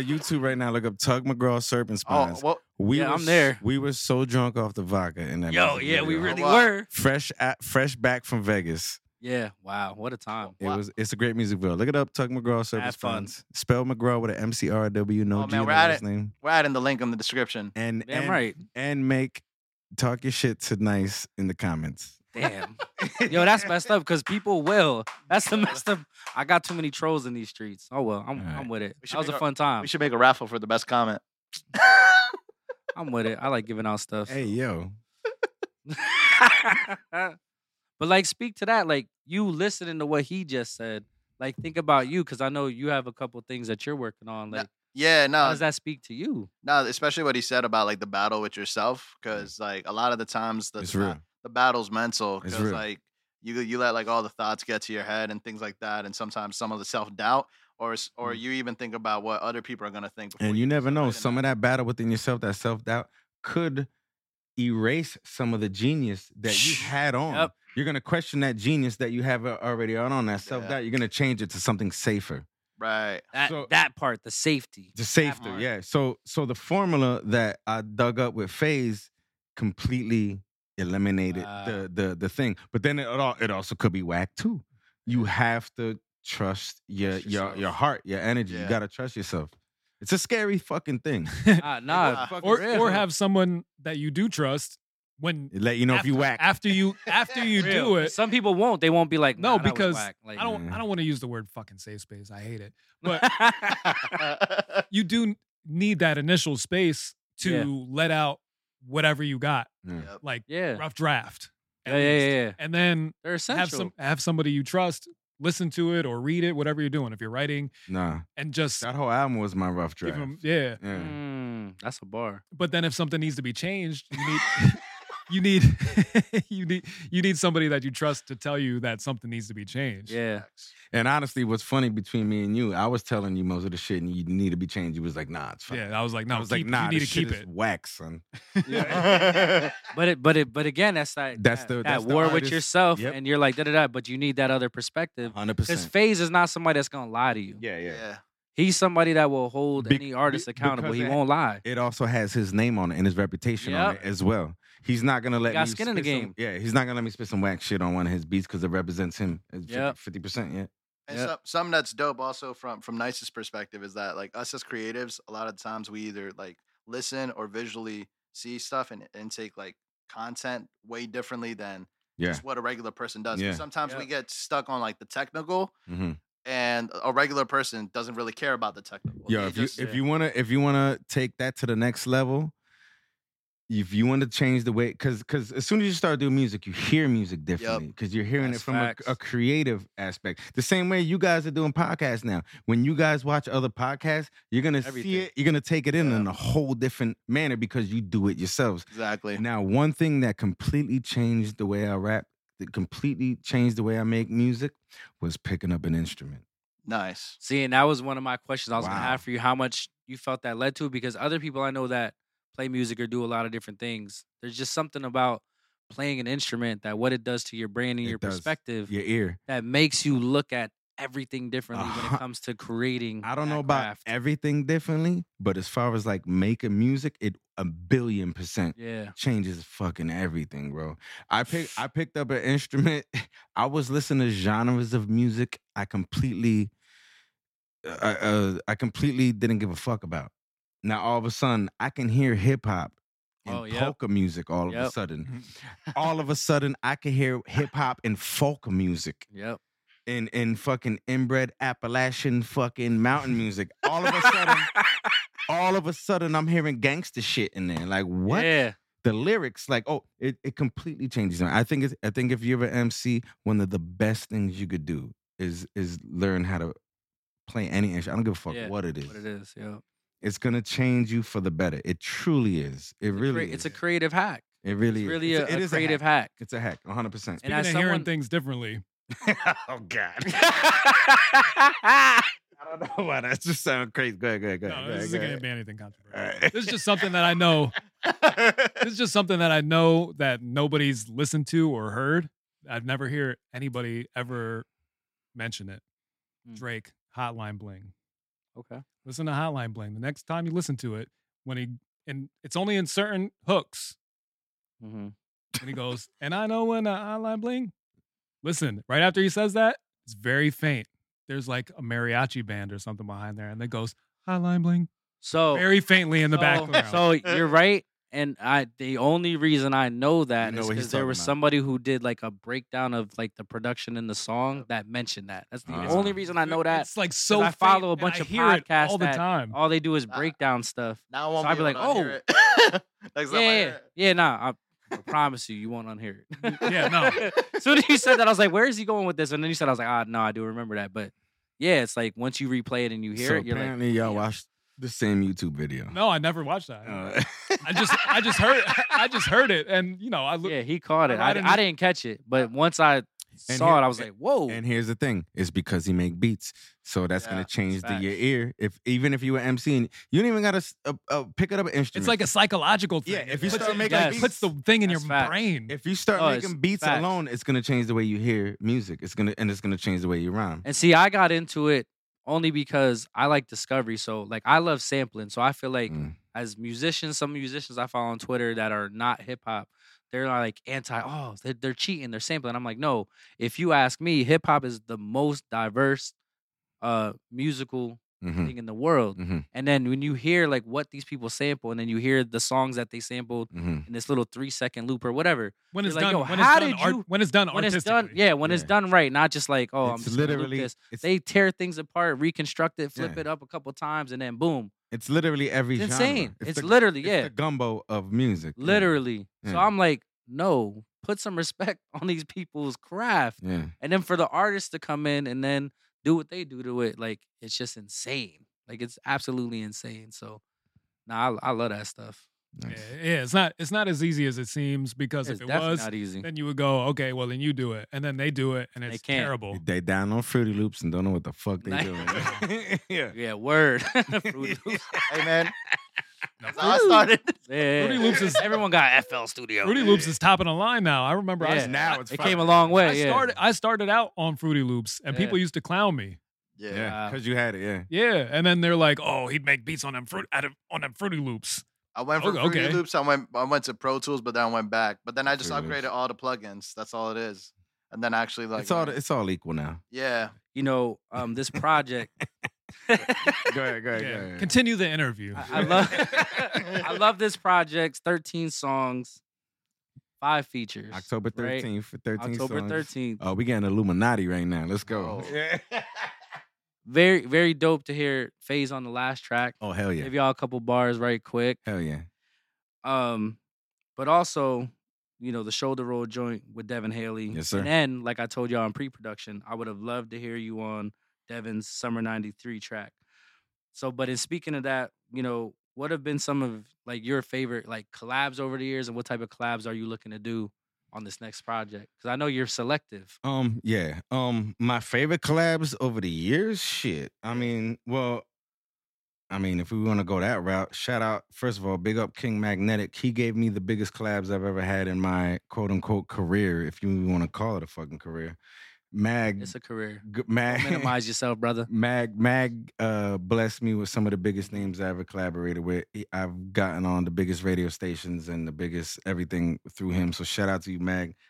D: YouTube right now. Look up Tug McGraw Serpent
A: oh,
D: Spines.
A: well,
D: we
B: Yeah,
D: were
B: I'm
D: s-
B: there.
D: We were so drunk off the vodka in that.
B: Yo,
D: music
B: yeah, we
D: video.
B: really
A: wow.
B: were.
D: fresh at, fresh back from Vegas.
B: Yeah, wow, what a time.
D: It was it's a great music video. Look it up, Tug McGraw Serpent
B: Have fun.
D: Spines. Spell McGraw with an M C R W. No
A: Oh,
D: G in
A: man, we're
D: the
A: at
D: last
A: it.
D: name.
A: we're adding the link in the description.
D: And
B: Damn
D: and,
B: right.
D: and make talk your shit to Nice in the comments.
B: Damn. Yo, that's messed up because people will. That's the messed up. I got too many trolls in these streets. Oh well, I'm
D: Alright.
B: I'm with it.
A: We should
B: That was
A: make
B: a
A: our-
B: fun time.
A: We should make a raffle for the best comment.
B: I'm with it. I like giving out stuff.
D: Hey yo,
B: but like, speak to that. Like, you listening to what he just said. Like, think about you because I know you have a couple things that you're working on.
A: No,
B: Like,
A: Yeah, no,
B: how does that speak to you?
A: no, especially what he said about like the battle with yourself, because like a lot of the times the
D: it's
A: thou-
D: real.
A: the battle's mental,
D: It's
A: because
D: real.
A: like you you let like all the thoughts get to your head and things like that, and sometimes some of the self doubt, or s- or you even think about what other people are gonna think. before
D: Mm. And you never
A: start
D: know.
A: writing
D: Some
A: that.
D: of that battle within yourself, that self doubt, could erase some of the genius that you had on.
B: Yep.
D: You're gonna question that genius that you have a- already on on that self doubt. You're gonna change it to something safer.
A: Right.
B: That
D: So-
B: that part, the safety.
D: The safety,
B: part.
D: yeah. So so the formula that I dug up with phase completely eliminated
B: Wow.
D: the the the thing. But then it all it also could be whack too. You have to trust your
A: Trust
D: your your
A: yourself.
D: heart, your energy. You
A: Yeah.
D: gotta trust yourself. It's a scary fucking thing.
B: Nah, nah.
A: wow.
D: Fucking
E: or
D: real.
E: or have someone that you do trust when
D: It let you know if you
E: after-
D: whack.
E: after you after you
B: real.
E: do it.
B: Some people won't. They won't be like,
E: No,
B: nah, that was
E: because
B: whack. Like,
E: I don't
D: Yeah.
E: I don't want to use the word fucking safe space. I hate it. But you do need that initial space to
B: Yeah.
E: let out whatever you got,
D: Yeah.
A: Yep.
E: like
B: yeah.
E: rough draft. at
B: Yeah, yeah,
E: least.
B: yeah, yeah.
E: And then
B: They're essential.
E: have some have somebody you trust listen to it or read it, whatever you're doing. If you're writing
D: Nah.
E: and just
D: That whole album was my rough
E: give
D: draft.
E: them, yeah.
D: yeah.
B: Mm, that's a bar.
E: But then if something needs to be changed, you need. You need, you need, you need somebody that you trust to tell you that something needs to be changed.
B: Yeah.
D: And honestly, what's funny between me and you, I was telling you most of the shit and you need to be changed. You was like, nah, it's fine.
E: yeah. I was like, no,
D: I was like,
E: keep,
D: nah,
E: you need to
D: this
E: keep
D: shit is
E: it.
D: whack, son.
B: But it but it but again, that's that
D: That's
B: that,
D: the-
B: that
D: that's the
B: war with
D: artist-
B: yourself
D: Yep.
B: and you're like da da da, but you need that other perspective.
D: 100%.
B: Because FaZe is not somebody that's gonna lie to you.
D: yeah, yeah.
A: yeah.
B: He's somebody that will hold
D: Bec-
B: any artist
D: be-
B: accountable.
D: because
B: He
D: it-
B: won't lie.
D: It also has his name on it and his reputation on it
B: Yep.
D: as well. He's not gonna let
B: got
D: me
B: skin in the
D: spit some-
B: game.
D: yeah, he's not gonna let me spit some whack shit on one of his beats because it represents him.
B: Yep.
D: Fifty percent, yeah.
A: And
B: Yep.
A: some, something that's dope also from from Nice's perspective is that like us as creatives, a lot of times we either like listen or visually see stuff and intake like content way differently than
D: Yeah.
A: just what a regular person does. 'Cause
D: Yeah.
A: Sometimes we
B: Yep.
A: get stuck on like the technical
D: Mm-hmm.
A: and a regular person doesn't really care about the technical.
D: Yeah,
A: They
D: if you
A: just-
D: if
B: yeah.
D: you wanna if you wanna take that to the next level, if you want to change the way, because because as soon as you start doing music, you hear music differently because you're hearing
B: That's
D: it from a,
B: facts.
D: a creative aspect. The same way you guys are doing podcasts now. When you guys watch other podcasts, you're gonna see
B: Everything.
D: it. You're gonna take it in
A: Yeah.
D: in a whole different manner because you do it yourselves.
A: exactly.
D: Now, one thing that completely changed the way I rap, that completely changed the way I make music, was picking up an instrument.
A: Nice.
B: See, and that was one of my questions I was gonna
D: Wow.
B: have for you. How much you felt that led to? Because other people I know that play music or do a lot of different things. There's just something about playing an instrument that what it does to your brain and
D: It
B: your
D: does.
B: perspective
D: Your ear.
B: that makes you look at everything differently when
D: Uh-huh.
B: it comes to creating.
D: I don't
B: that
D: know about
B: craft.
D: everything differently, but as far as like making music, it a billion percent
B: Yeah.
D: changes fucking everything, bro. I pick I picked up an instrument. I was listening to genres of music I completely I, uh, I completely didn't give a fuck about. Now all of a sudden, I can hear hip hop and
B: Oh, yep.
D: polka music all of a
B: Yep. Mm-hmm.
D: sudden. all of a sudden, I can hear hip hop and folk music
B: Yep.
D: and and fucking inbred Appalachian fucking mountain music. All of a sudden, all of a sudden, I'm hearing gangster shit in there. Like what?
B: Yeah.
D: The lyrics, like oh, it, it completely changes. them. I think it's, I think if you're an MC, one of the best things you could do is is learn how to play any instrument. I don't give a fuck
B: Yeah,
D: what it is.
B: What it is. Yeah.
D: It's gonna change you for the better. It truly is. It
B: It's a crea-
D: really.
B: It's a
D: is.
B: creative hack.
D: It
B: It's
D: really.
B: really
D: is.
B: a,
D: It's it
B: a
D: is
B: creative
D: hack.
B: hack.
D: It's a hack. 100. percent
B: And
E: Speaking
B: as
E: of hearing
B: someone-
E: things differently,
D: Oh God. I don't know why that just sounds crazy. Go ahead, go ahead, go ahead.
E: no,
D: go
E: this
D: ahead,
E: isn't
D: go
E: going to
D: ahead.
E: be anything controversial.
D: All right.
E: This is just something that I know. this is just something that I know that nobody's listened to or heard. I've never hear anybody ever mention it.
B: Hmm.
E: Drake, Hotline Bling.
B: okay.
E: Listen to Hotline Bling. The next time you listen to it, when he and it's only in certain hooks
B: Mm-hmm.
E: when he goes, and I know when a Hotline Bling. Listen, right after he says that, it's very faint. There's like a mariachi band or something behind there, and it goes Hotline Bling
B: So
E: very faintly in
D: Oh.
E: the
B: Oh. so,
E: background.
B: So you're right. And I the only reason I know that
D: know
B: is
D: what he's
B: because there
D: talking
B: was
D: about.
B: somebody who did like a breakdown of like the production in the song that mentioned that. That's the
D: Ah.
B: only reason I know that.
E: It's like so.
B: I follow a
E: faint, and
B: bunch
E: I
B: of
E: hear it
B: podcasts
E: all the
B: that-
E: time.
B: All they do is
D: Uh,
A: Ah.
B: breakdown stuff.
A: now I won't
B: So I'd be
A: be able
B: like,
A: to
D: "Oh!"
A: unhear it. Next time I hear
B: Yeah,
A: it.
B: yeah, nah. I, I promise you, you won't unhear it.
E: Yeah, no.
B: As soon as you said that, I was like, "Where is he going with this?" And then you said, "I was like, ah, no, I do remember that." But yeah, it's like once you replay it and you hear
D: so
B: it, you're like,
D: apparently y'all
B: "Damn."
D: watched the same YouTube video.
E: No, I never watched that.
B: Oh.
D: Uh,
E: I just, I just heard, I just heard it, and you know, I look.
B: "Yeah, he caught
E: I
B: it." I,
E: didn't-
B: I didn't catch it, but once I
D: And
B: saw
D: here-
B: it, I was like, whoa.
D: And here's the thing: it's because he make beats, so that's
A: Yeah,
D: gonna change the,
B: facts.
D: your ear. If even if you were emceeing, you don't even gotta s- uh, uh, pick it up an instrument.
E: It's like a psychological thing.
D: Yeah,
E: It
D: if you
E: puts
D: start
E: it-
D: making
E: like,
B: beats-
E: puts the thing in
B: That's
E: your
B: facts.
E: brain.
D: if you start
B: Oh, it's
D: making beats
B: facts.
D: alone, it's gonna change the way you hear music. It's gonna and it's gonna change the way you rhyme.
B: And see, I got into it only because I like discovery. So like I love sampling. So I feel like
D: Mm.
B: as musicians, some musicians I follow on Twitter that are not hip hop, they're like anti, oh, they're, they're cheating, they're sampling. I'm like, no, if you ask me, hip hop is the most diverse uh musical
D: Mhm,
B: thing in the world.
D: mhm,
B: And then when you hear like what these people sample and then you hear the songs that they sampled
D: mhm.
B: in this little three second loop or whatever.
E: when
B: you're
E: it's
B: like,
E: done,
B: yo,
E: when
B: how
E: it's done,
B: did
E: art,
B: you-
E: when it's done
B: When it's
E: artistically.
B: done, yeah, when it's
D: Yeah.
B: done right, not just like, oh, I'm
D: it's
B: just gonna loop
D: literally
B: this.
D: It's,
B: They tear things apart, reconstruct it, flip
D: Yeah.
B: it up a couple times, and then boom.
D: it's literally every
B: It's
D: genre.
B: insane. It's,
D: the-
B: literally,
D: it's
B: yeah.
D: the gumbo of music. yeah,
B: literally. So
D: Yeah.
B: I'm like, no, put some respect on these people's craft.
D: Yeah,
B: And then for the artists to come in and then do what they do to it, like it's just insane. Like it's absolutely insane. So nah, I, I love that stuff.
D: nice.
E: Yeah, yeah, it's not it's not as easy as it seems because
B: It's
E: if it
B: definitely
E: was,
B: not easy.
E: then you would go, okay, well then you do it, and then they do it, and
B: They
E: it's
B: can't.
E: terrible.
D: They down on Fruity Loops and don't know what the fuck they
B: Nice.
D: doing. yeah.
B: Yeah, word. Fruity Loops.
A: Hey man,
E: No,
A: that's how I started.
B: Yeah.
E: Fruity Loops is-
B: everyone got FL Studio.
E: Fruity Loops is top of the line now. I remember I,
B: Yeah.
E: s-
D: Now it's
B: It
D: fucking-
B: came a long way.
E: I
B: yeah.
E: started I started out on Fruity Loops, and
B: Yeah.
E: people used to clown me.
A: Yeah,
D: Yeah,
B: Wow.
D: because you had it. Yeah.
E: Yeah, and then they're like, oh, he'd make beats on them fruit out of on them Fruity Loops.
A: I
B: Oh,
A: went from
E: Okay,
A: Fruity
E: okay.
A: Loops. I went, I went to Pro Tools, but then I went back. But then I just
D: Fruity Loops.
A: upgraded all the plugins. That's all it is. And then actually like,
D: it's all
A: learned-
D: it's all equal now.
A: yeah,
B: you know, um, this project.
D: Go ahead, go ahead, go
E: Yeah.
D: ahead.
E: Continue the interview.
B: I, I love I love this project. 13 songs, five features.
D: October
B: right?
D: thirteenth for thirteen.
B: October
D: songs.
B: 13th.
D: Oh, we getting Illuminati right now. Let's go.
A: Oh.
D: Yeah.
B: Very, very dope to hear Phase on the last track.
D: Oh hell yeah,
B: Give y'all a couple bars right quick.
D: hell yeah.
B: Um, but also, you know, the shoulder roll joint with Devin Haley.
D: Yes, sir.
B: And then, like I told y'all in pre-production, I would have loved to hear you on Devin's Summer '93 track. So, but in speaking of that, you know, what have been some of like your favorite like collabs over the years, and what type of collabs are you looking to do on this next project? Because I know you're selective.
D: Um, yeah. Um, my favorite collabs over the years. Shit. I mean, well, I mean, if we want to go that route, shout out first of all, big up King Magnetic. He gave me the biggest collabs I've ever had in my quote unquote career, if you want to call it a fucking career. Mag,
B: It's a career.
D: g- mag,
B: Minimize yourself, brother.
D: Mag Mag uh, blessed me with some of the biggest names I ever collaborated with. He- I've gotten on the biggest radio stations and the biggest everything through him. So shout out to you, Mag.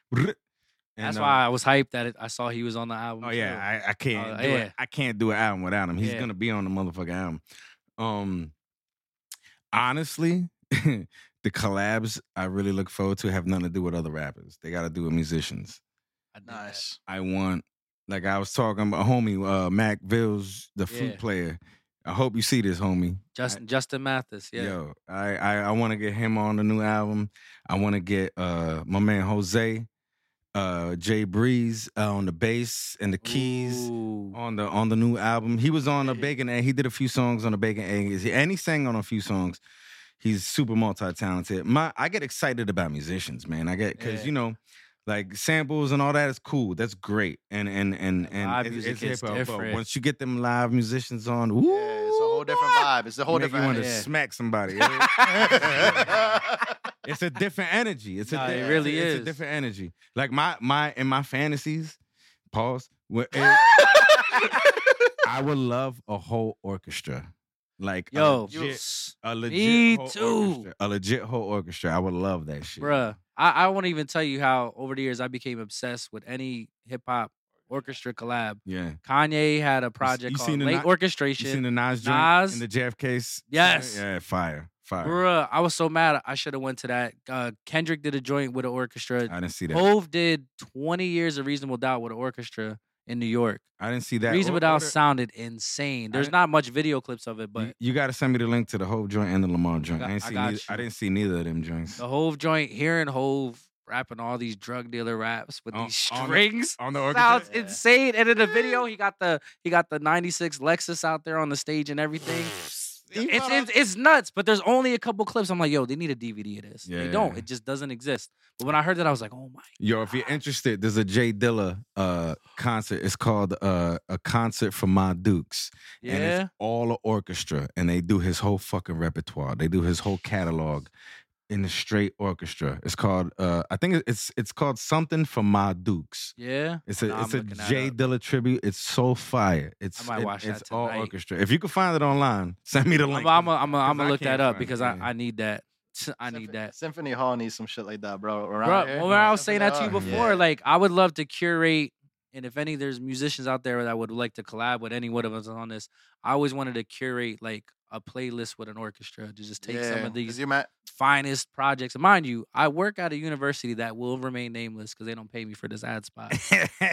D: And,
B: That's
D: uh,
B: why I was hyped that it, I saw he was on the album.
D: Oh
B: too.
D: yeah, I, I can't.
B: Uh,
D: do
B: yeah.
D: It. I can't do an album without him. He's
B: Yeah.
D: gonna be on the motherfucking album. Um, honestly, the collabs I really look forward to have nothing to do with other rappers. They got to do with musicians.
B: I did that.
A: nice.
D: I want, like I was talking about, homie, uh, Mac Vills, the
B: Yeah.
D: flute player. I hope you see this, homie.
B: Justin Justin Mathis. Yeah.
D: Yo, I I, I want to get him on the new album. I want to get uh my man Jose, uh Jay Breeze uh, on the bass and the keys
B: Ooh.
D: on the on the new album. He was on the
B: Yeah.
D: Bacon Egg. He did a few songs on the Bacon Egg, and he sang on a few songs. He's super multi talented. My I get excited about musicians, man. I get because
B: Yeah.
D: you know, like samples and all that is cool. That's great, and and and
B: But
D: and
B: live
D: it's-
B: music
D: it's
B: is
D: hip-hop, but
B: different.
D: Once you get them live musicians on, ooh,
A: Yeah, it's a whole different
D: boy,
A: vibe. It's a whole
D: make You
A: different.
D: want to
B: energy.
D: smack somebody. yeah. it's a different energy. It's a
B: Nah, it
D: di- it's a-
B: really
D: it's a
B: is.
D: different energy. Like my my in my fantasies, pause. wh- I would love a whole orchestra. Like a
B: Yo,
D: legit-
B: s-
D: a legit,
B: me
D: whole
B: too.
D: orchestra. a legit whole orchestra. I would love that shit,
B: bruh. I, I won't even tell you how over the years I became obsessed with any hip hop orchestra collab.
D: Yeah,
B: Kanye had a project
D: you
B: called
D: seen the
B: Late
D: Nas- you seen
B: Orchestration.
D: the Nas joint
B: Nas?
D: in the Jeff case?
B: Yes.
D: yeah, fire, fire.
B: Bruh, I was so mad. I should have went to that. Uh, Kendrick did a joint with an orchestra.
D: I didn't see that.
B: Hove did 20 years of Reasonable Doubt with an orchestra in New York.
D: I didn't see that.
B: Reasonable
D: Or-
B: Doubt
D: order-
B: sounded insane. There's
D: didn't-
B: not much video clips of it,
D: You-
B: but
D: you, got to send me the link to the whole joint and the Lamar joint.
B: got-
D: I, didn't
B: I
D: see
B: got
D: neither, I
B: you.
D: didn't see neither of them joints.
B: The Hove joint, hearing Hove rapping all these drug dealer raps with
D: On-
B: these
D: on the-
B: strings
D: on the orchestra?
B: sounds
A: Yeah.
B: insane. And in the video, he got the he got the '96 Lexus out there on the stage and everything.
D: He
B: it's,
D: found
B: it's
D: out-
B: it's nuts, but there's only a couple clips. I'm like, yo, they need a DVD of this. they
D: Yeah.
B: don't. It just doesn't exist. But when I heard that, I was like, oh my.
D: Yo, if you're interested, there's a Jay Dilla uh, concert. It's called uh, a concert for my Dukes. And
B: Yeah.
D: it's all an orchestra, and they do his whole fucking repertoire. They do his whole catalog in a straight orchestra. It's called, uh, I think it's it's called something for my Dukes.
B: Yeah.
D: It's a
B: Nah, I'm
D: it's a
B: looking that
D: Jay
B: up.
D: Dilla tribute. It's so fire. It's
B: might
D: it-
B: watch that
D: it's all
B: tonight.
D: orchestra. If you can find it online, send me the
B: I'm
D: link.
B: I'm I'm I'm
D: 'cause I
B: gonna look
D: can't
B: that up
D: find it,
B: because
D: yeah.
B: I I need that. I need
A: Symph-
B: that.
A: Symphony Hall needs some shit like that, bro. Around
B: Bro,
A: here,
B: well, when I was saying that
A: Symphony
B: to you
A: Hall.
B: before, like I would love to curate, and if any, there's musicians out there that would like to collab with any one of us on this. I always wanted to curate like a playlist with an orchestra to just take some
A: Yeah,
B: of
A: 'cause
B: these
A: You ma-
B: finest projects. And mind you, I work at a university that will remain nameless because they don't pay me for this ad spot,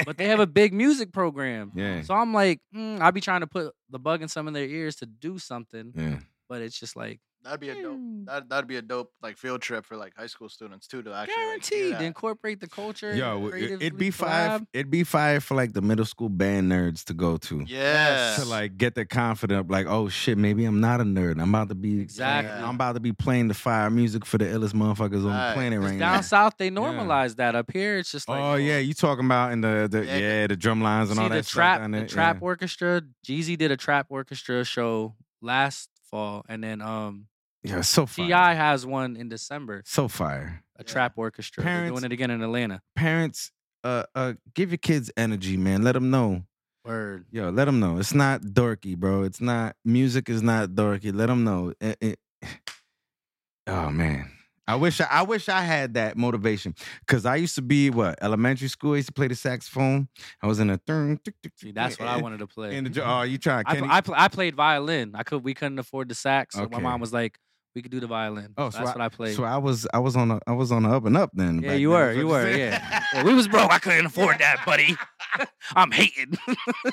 B: but they have a big music program.
D: yeah,
B: So I'm like, mm, I'll be trying to put the bug in some of their ears to do something,
D: yeah.
B: but it's just like
A: that'd be a dope.
B: mm,
A: That that'd be a dope like field trip for like high school students too to actually like, hear
B: guaranteed
A: that.
B: to incorporate the culture.
D: Yo, it- it'd be
B: five.
D: fire. It'd be fire for like the middle school band nerds to go to.
A: Yeah.
D: To like get their confident up, like, oh shit, maybe I'm not a nerd. I'm about to be
B: Exactly.
D: I'm about to be playing the fire music for the illest motherfuckers on the
A: Right.
D: planet
B: 'Cause
D: right
B: down
D: now.
B: south they normalize that. Up here it's just like
D: oh yeah, you talking about in the, the yeah,
A: Yeah,
D: the drum lines and
B: see
D: all that
B: the
D: stuff
B: trap,
D: down
B: the
D: there,
B: trap
D: yeah.
B: orchestra. Jeezy did a trap orchestra show last fall, and then um
D: Yeah, so fire.
B: Ti has one in December.
D: So fire.
B: A
A: Yeah.
B: trap orchestra. They're
D: Parents-
B: doing it again in Atlanta.
D: Parents, uh, uh, give your kids energy, man. Let them know.
B: Word.
D: Yo, let them know. It's not dorky, bro. It's not music is not dorky. Let them know. It- it- oh man, I wish I, I wish I had that motivation because I used to be what elementary school. I used to play the saxophone. I was in a thing.
B: See, that's what I wanted to play.
D: eh, In the dr- oh, you trying?
B: I, pl-
D: Kenny?
B: I, pl- I played violin. I could we couldn't afford the sax, so my
D: Okay.
B: mom was like, "We could do the violin."
D: Oh,
B: so
D: so
B: that's
D: I-
B: what I played.
D: so I was I was on a I was on the up and up then.
B: Yeah,
D: back
B: you
D: then,
B: were,
D: is
B: you
D: what
B: were,
D: saying?
B: yeah. Yeah, we was broke. I couldn't afford that, buddy. I'm hating.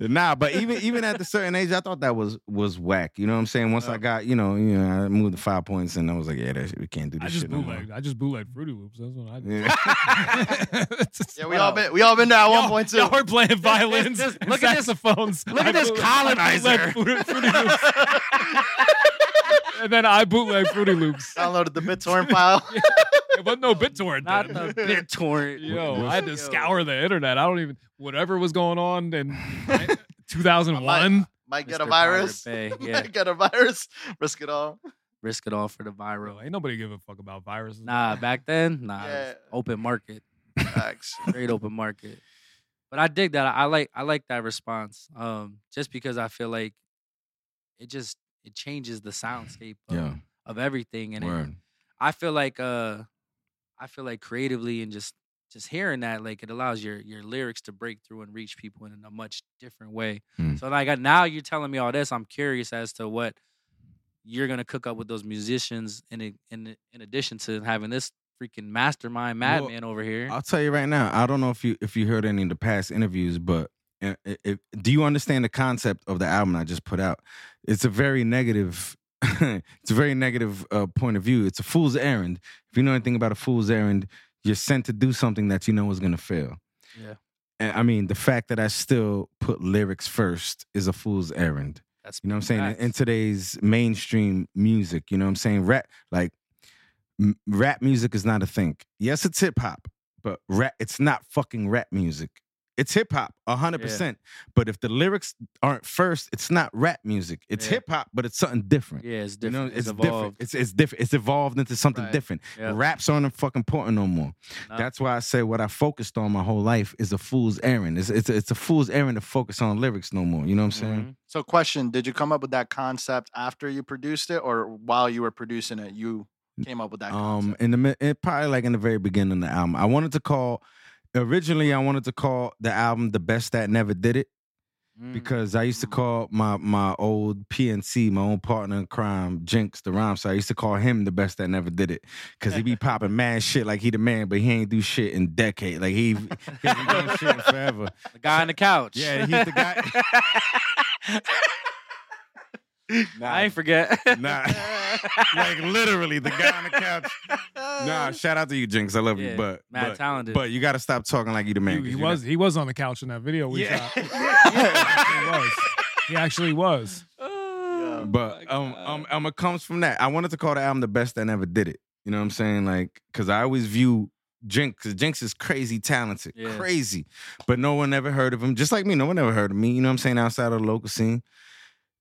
D: Nah, but even even at the certain age, I thought that was was whack. You know what I'm saying? Once I got, you know, you know, I moved to five points, and I was like, yeah, that shit, we can't do
E: I
D: this
E: just
D: shit no more.
E: bootlegged. I just bootlegged Fruity Loops. That's what I did.
D: Yeah.
A: Yeah, we all been we all been there at one point too.
E: Y'all were playing violins,
B: this-
E: and
B: look at this-
E: saxophones.
B: look at this colonizer.
E: bootlegged Fruity, Fruity Loops. and then I bootleg Fruity Loops.
A: Downloaded the BitTorrent file.
E: It wasn't no BitTorrent.
B: Not
E: Then.
B: the BitTorrent.
E: Yo, I had to
B: Yo.
E: scour the internet. I don't even whatever was going on in
A: Might,
E: 2001.
A: might get a
B: Mr. Pirate
A: virus.
B: Bay, yeah.
A: Might get a virus. Risk it all.
B: Risk it all for the
E: Bro,
B: viral.
E: ain't nobody give a fuck about viruses.
B: Nah, back then, nah. it was
A: Yeah.
B: Open market.
A: Facts.
B: Great open market. But I dig that. I like I like that response. Um, just because I feel like it just it changes the soundscape of,
D: Yeah,
B: of everything. And it,
D: word.
B: I feel like uh I feel like creatively and just just hearing that, like it allows your your lyrics to break through and reach people in a much different way.
D: Mm.
B: So like I- now you're telling me all this, I'm curious as to what you're gonna cook up with those musicians in a- in in addition to having this freaking mastermind
D: Well,
B: madman over here.
D: I'll tell you right now. I don't know if you if you heard any of the past interviews, but i- i- if, do you understand the concept of the album I just put out? It's a very negative. it's a very negative uh, point of view. It's a fool's errand. If you know anything about a fool's errand, you're sent to do something that you know is going to fail.
B: Yeah.
D: And, I mean, the fact that I still put lyrics first is a fool's errand.
B: That's
D: You know what I'm saying? In-
B: facts.
D: In today's mainstream music, you know what I'm saying? Rap, like m- rap music is not a thing. Yes, it's hip hop, but rap, it's not fucking rap music. It's hip hop, hundred
B: Yeah.
D: percent. But if the lyrics aren't first, it's not rap music. It's
B: Yeah.
D: hip hop, but it's something different.
B: yeah, it's
D: You know,
B: different.
D: it's,
B: it's,
D: different.
B: evolved.
D: It's it's different. It's evolved into something
A: Right.
D: different.
B: Yeah.
D: Raps aren't fucking important no more.
B: Nah.
D: That's why I say what I focused on my whole life is a fool's errand. It's it's a, it's a fool's errand to focus on lyrics no more. You know what I'm saying?
B: Mhm.
A: So, question: Did you come up with that concept after you produced it, or while you were producing it, you came up with that?
D: um
A: concept?
D: in the mid- it, probably like in the very beginning of the album i wanted to call originally i wanted to call the album the best that never did it
B: Mm.
D: because i used to
B: Mm.
D: call my my old pnc my old partner in crime jinx the rhyme so i used to call him the best that never did it because he be popping mad shit like he the man but he ain't do shit in decade like he, he been doing shit in forever
B: the guy on the couch.
D: yeah he's the guy
B: I ain't forget.
D: nah like literally the guy on the couch nah shout out to you jinx i love
B: Yeah,
D: you but
B: mad
D: but,
B: talented.
D: but you gotta stop talking like you the man
E: he,
D: 'cause
E: he
D: you're not-
E: was he was on the couch in that video we
D: Yeah.
E: shot. he actually was. He actually was.
B: Oh,
A: Oh
D: But
B: my
D: um,
B: God.
D: um, um, it comes from that. I wanted to call the album the best that never did it. You know what I'm saying? Like, cause I always view Jinx. 'cause Jinx is crazy talented,
B: Yeah.
D: crazy, but no one ever heard of him. Just like me, no one ever heard of me. You know what I'm saying? Outside of the local scene.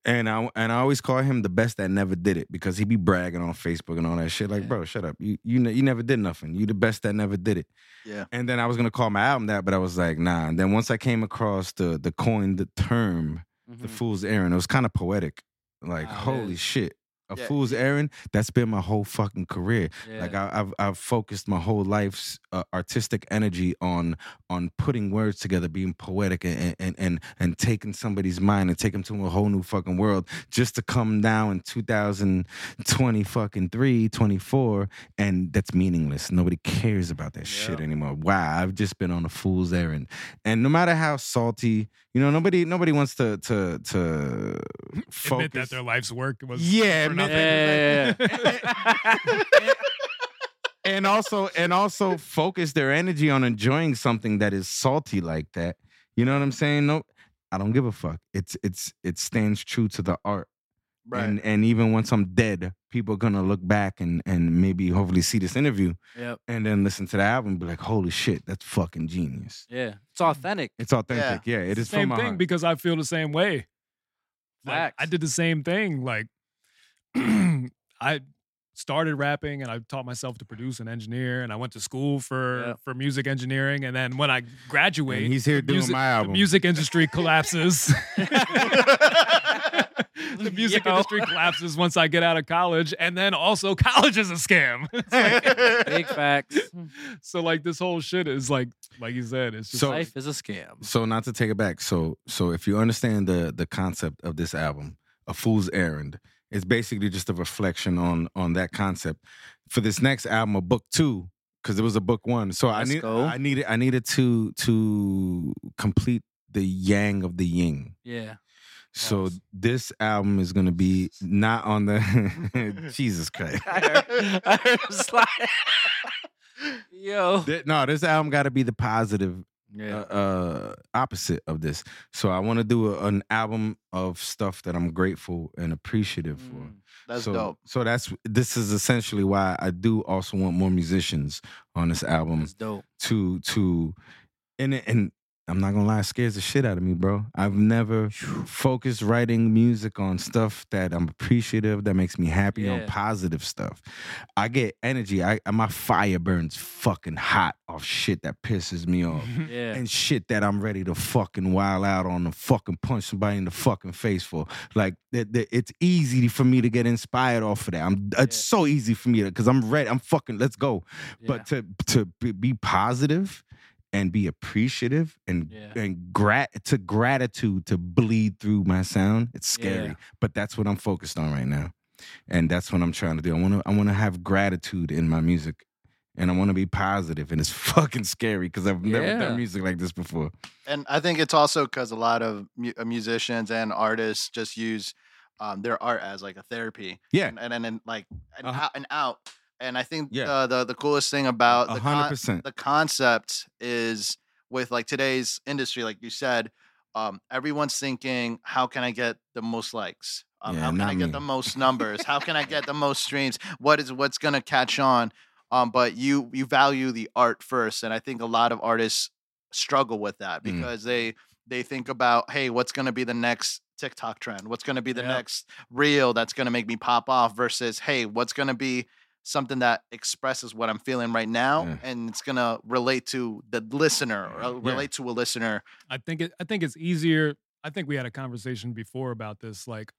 D: And I and I always call him the best that never did it because he be bragging on Facebook and all that shit. Like,
B: Yeah.
D: bro, shut up. You you ne- you never did nothing. You the best that never did it.
A: Yeah.
D: And then I was gonna call my album that, but I was like, nah. And then once I came across the the coin, the term, the
B: Mhm.
D: fool's errand. It was kind of poetic. Like,
B: Ah, it
D: holy
B: is.
D: shit. A
A: Yeah.
D: fool's errand, that's been my whole fucking career. Like
B: Yeah.
D: I, I've I've focused my whole life's uh, artistic energy on on putting words together, being poetic, and and and and taking somebody's mind and take them to a whole new fucking world. Just to come now in 2020 fucking three, 24, and that's meaningless. Nobody cares about that shit
A: Yeah.
D: anymore. Wow, I've just been on a fool's errand, and no matter how salty, you know, nobody nobody wants to to to focus.
E: Admit that their life's work was
D: yeah,
E: for
D: admit
E: nothing.
B: Yeah,
D: and also and also focus their energy on enjoying something that is salty like that. You know what I'm saying? No, I don't give a fuck. It's it's it stands true to the art.
A: right.
D: And and even once I'm dead, people are gonna look back and and maybe hopefully see this interview
B: Yep.
D: and then listen to the album and be like, holy shit, that's fucking genius.
B: Yeah. It's authentic.
D: Mm. It's authentic. Yeah, it is
E: Same
D: from my
E: thing
D: heart.
E: because I feel the same way. Like, I
B: Facts.
E: did the same thing. Like I started rapping and I taught myself to produce and engineer and I went to school for
B: Yeah.
E: for music engineering and then when I
D: And
E: graduate
D: he's here doing
E: music-
D: my
E: the
D: album.
E: music industry collapses. the music
B: Yo.
E: industry collapses once I get out of college and then also college is a scam. It's like-
B: Big facts.
E: so like this whole shit is like like you said it's just
D: So-
B: Life is a scam.
D: So not to take it back. So so if you understand the the concept of this album, a fool's errand, it's basically just a reflection on on that concept. For this next album, a book two, because it was a book one. So I
B: Let's
D: need
B: go.
D: I needed I needed to to complete the yang of the yin.
B: Yeah.
D: So
B: Nice.
D: this album is gonna be not on the Jesus Christ.
B: I heard, I heard a slide. Yo.
D: Th- No, this album got to be the positive
B: Yeah.
D: uh, uh, opposite of this. So I want to do a, an album of stuff that I'm grateful and appreciative for.
B: Mm.
A: That's
D: so,
A: dope.
D: So that's this is essentially why I do also want more musicians on this album
B: That's dope.
D: to to and it- and I'm not gonna lie, it scares the shit out of me, bro. I've never focused writing music on stuff that I'm appreciative, that makes me happy, on
B: Yeah.
D: positive stuff. I get energy. I my fire burns fucking hot off shit that pisses me off
B: Yeah.
D: and shit that I'm ready to fucking wild out on and fucking punch somebody in the fucking face for. Like that, that- it's easy for me to get inspired off of that. I'm it's
B: Yeah.
D: so easy for me to because I'm ready. I'm fucking let's go.
B: yeah.
D: But to to be- be positive and be appreciative and
B: Yeah.
D: and grat to gratitude to bleed through my sound. It's scary,
B: Yeah.
D: but that's what I'm focused on right now, and that's what I'm trying to do. I want to I want to have gratitude in my music. And I want to be positive, and it's fucking scary because I've never
B: Yeah.
D: done music like this before.
A: and I think it's also because a lot of mu- uh, musicians and artists just use um, their art as like a therapy.
D: Yeah.
A: and and, and, then, like an,
D: Uh-huh.
A: out, an out. And I think
D: Yeah.
A: uh, the the coolest thing about
D: A
A: the
D: hundred
A: con-
D: percent.
A: the concept is with like today's industry, like you said, um, everyone's thinking, how can I get the most likes? Um,
D: Yeah,
A: how can
D: not
A: I get
D: me.
A: the most numbers? how can I get the most streams? What is what's gonna catch on? Um, but you you value the art first, and I think a lot of artists struggle with that
D: Mm.
A: because they they think about, hey, what's gonna be the next TikTok trend? What's gonna be the
E: Yep.
A: next reel that's gonna make me pop off? Versus, hey, what's gonna be something that expresses what I'm feeling right now,
D: Yeah.
A: and it's gonna relate to the listener or uh,
D: Yeah.
A: relate to a listener.
E: I think it, I think it's easier. I think we had a conversation before about this. Like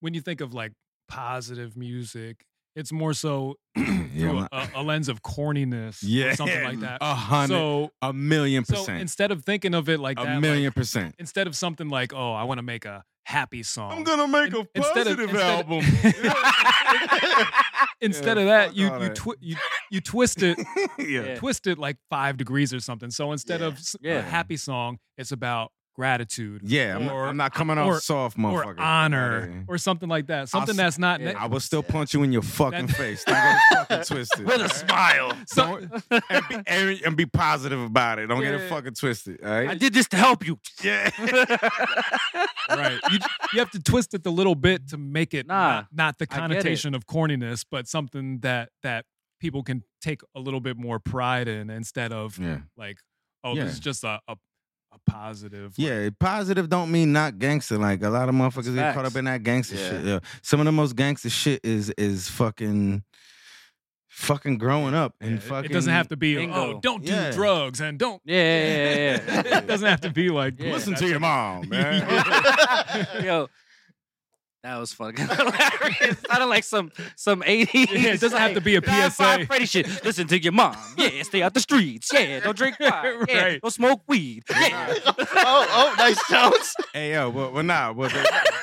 E: when you think of like positive music, it's more so
D: I'm
E: through a-
D: not-
E: a, a lens of corniness,
D: Yeah.
E: or something like that.
D: A hundred,
E: So
D: a million
E: so
D: percent,
E: instead of thinking of it like that,
D: a
E: like,
D: million percent.
E: instead of something like oh, I want to make a happy song.
D: gonna make
E: Oh, In- instead of- instead of- Instead
D: Yeah,
E: of that,
D: fuck
E: you
D: all
E: you,
D: that.
E: twi- you you twist it
D: yeah.
B: Yeah.
E: twist it like five degrees or something. So instead
A: Yeah.
E: of s-
B: Yeah.
E: a happy song, it's about gratitude.
D: Yeah, I'm,
E: Or-
D: not, I'm not coming
E: or-
D: off soft, motherfucker.
E: Or
D: Outta
E: honor
D: here.
E: or something like that. Something
D: s-
E: that's not
B: yeah.
E: ne-
D: I will still punch you in your fucking
E: That-
D: face. Don't get it fucking twisted.
B: With a
D: smile.
E: So-
D: and, be, and, and be positive about it. Don't get
E: Yeah.
D: it fucking twisted. All right.
B: I did this to help you.
D: yeah.
E: right. You, j- you have to twist it a little bit to make it
B: Nah,
E: not, not the
B: I get it.
E: connotation of corniness, but something that that people can take a little bit more pride in instead of
D: yeah.
E: like, oh,
D: Mm. Yeah.
E: this is just a a, a positive. like-
D: Yeah, positive don't mean not gangster. Like a lot of motherfuckers get caught
B: facts.
D: up in that gangster
A: Yeah.
D: shit. Yeah. Some of the most gangster shit is is fucking fucking growing up
E: Yeah,
D: and
E: it-
D: fucking
E: it doesn't have to be oh,
B: Bingo.
E: don't do
D: Yeah.
E: drugs and don't.
B: Yeah, yeah, yeah.
E: it doesn't have to be like
B: Yeah.
D: listen
E: that's
D: to
E: it.
D: your mom, man.
B: yeah. Yo, that was fucking hilarious. Sounded like some some 80s.
E: Yeah, it doesn't have to be a
B: nine
E: PSA.
B: five Freddy shit. Listen to your mom. Yeah, stay out the streets. Yeah, don't drink wine. Yeah,
E: Right.
B: don't smoke weed. Yeah.
A: oh, oh, nice Jones.
D: hey yo, well, well nah, well, they-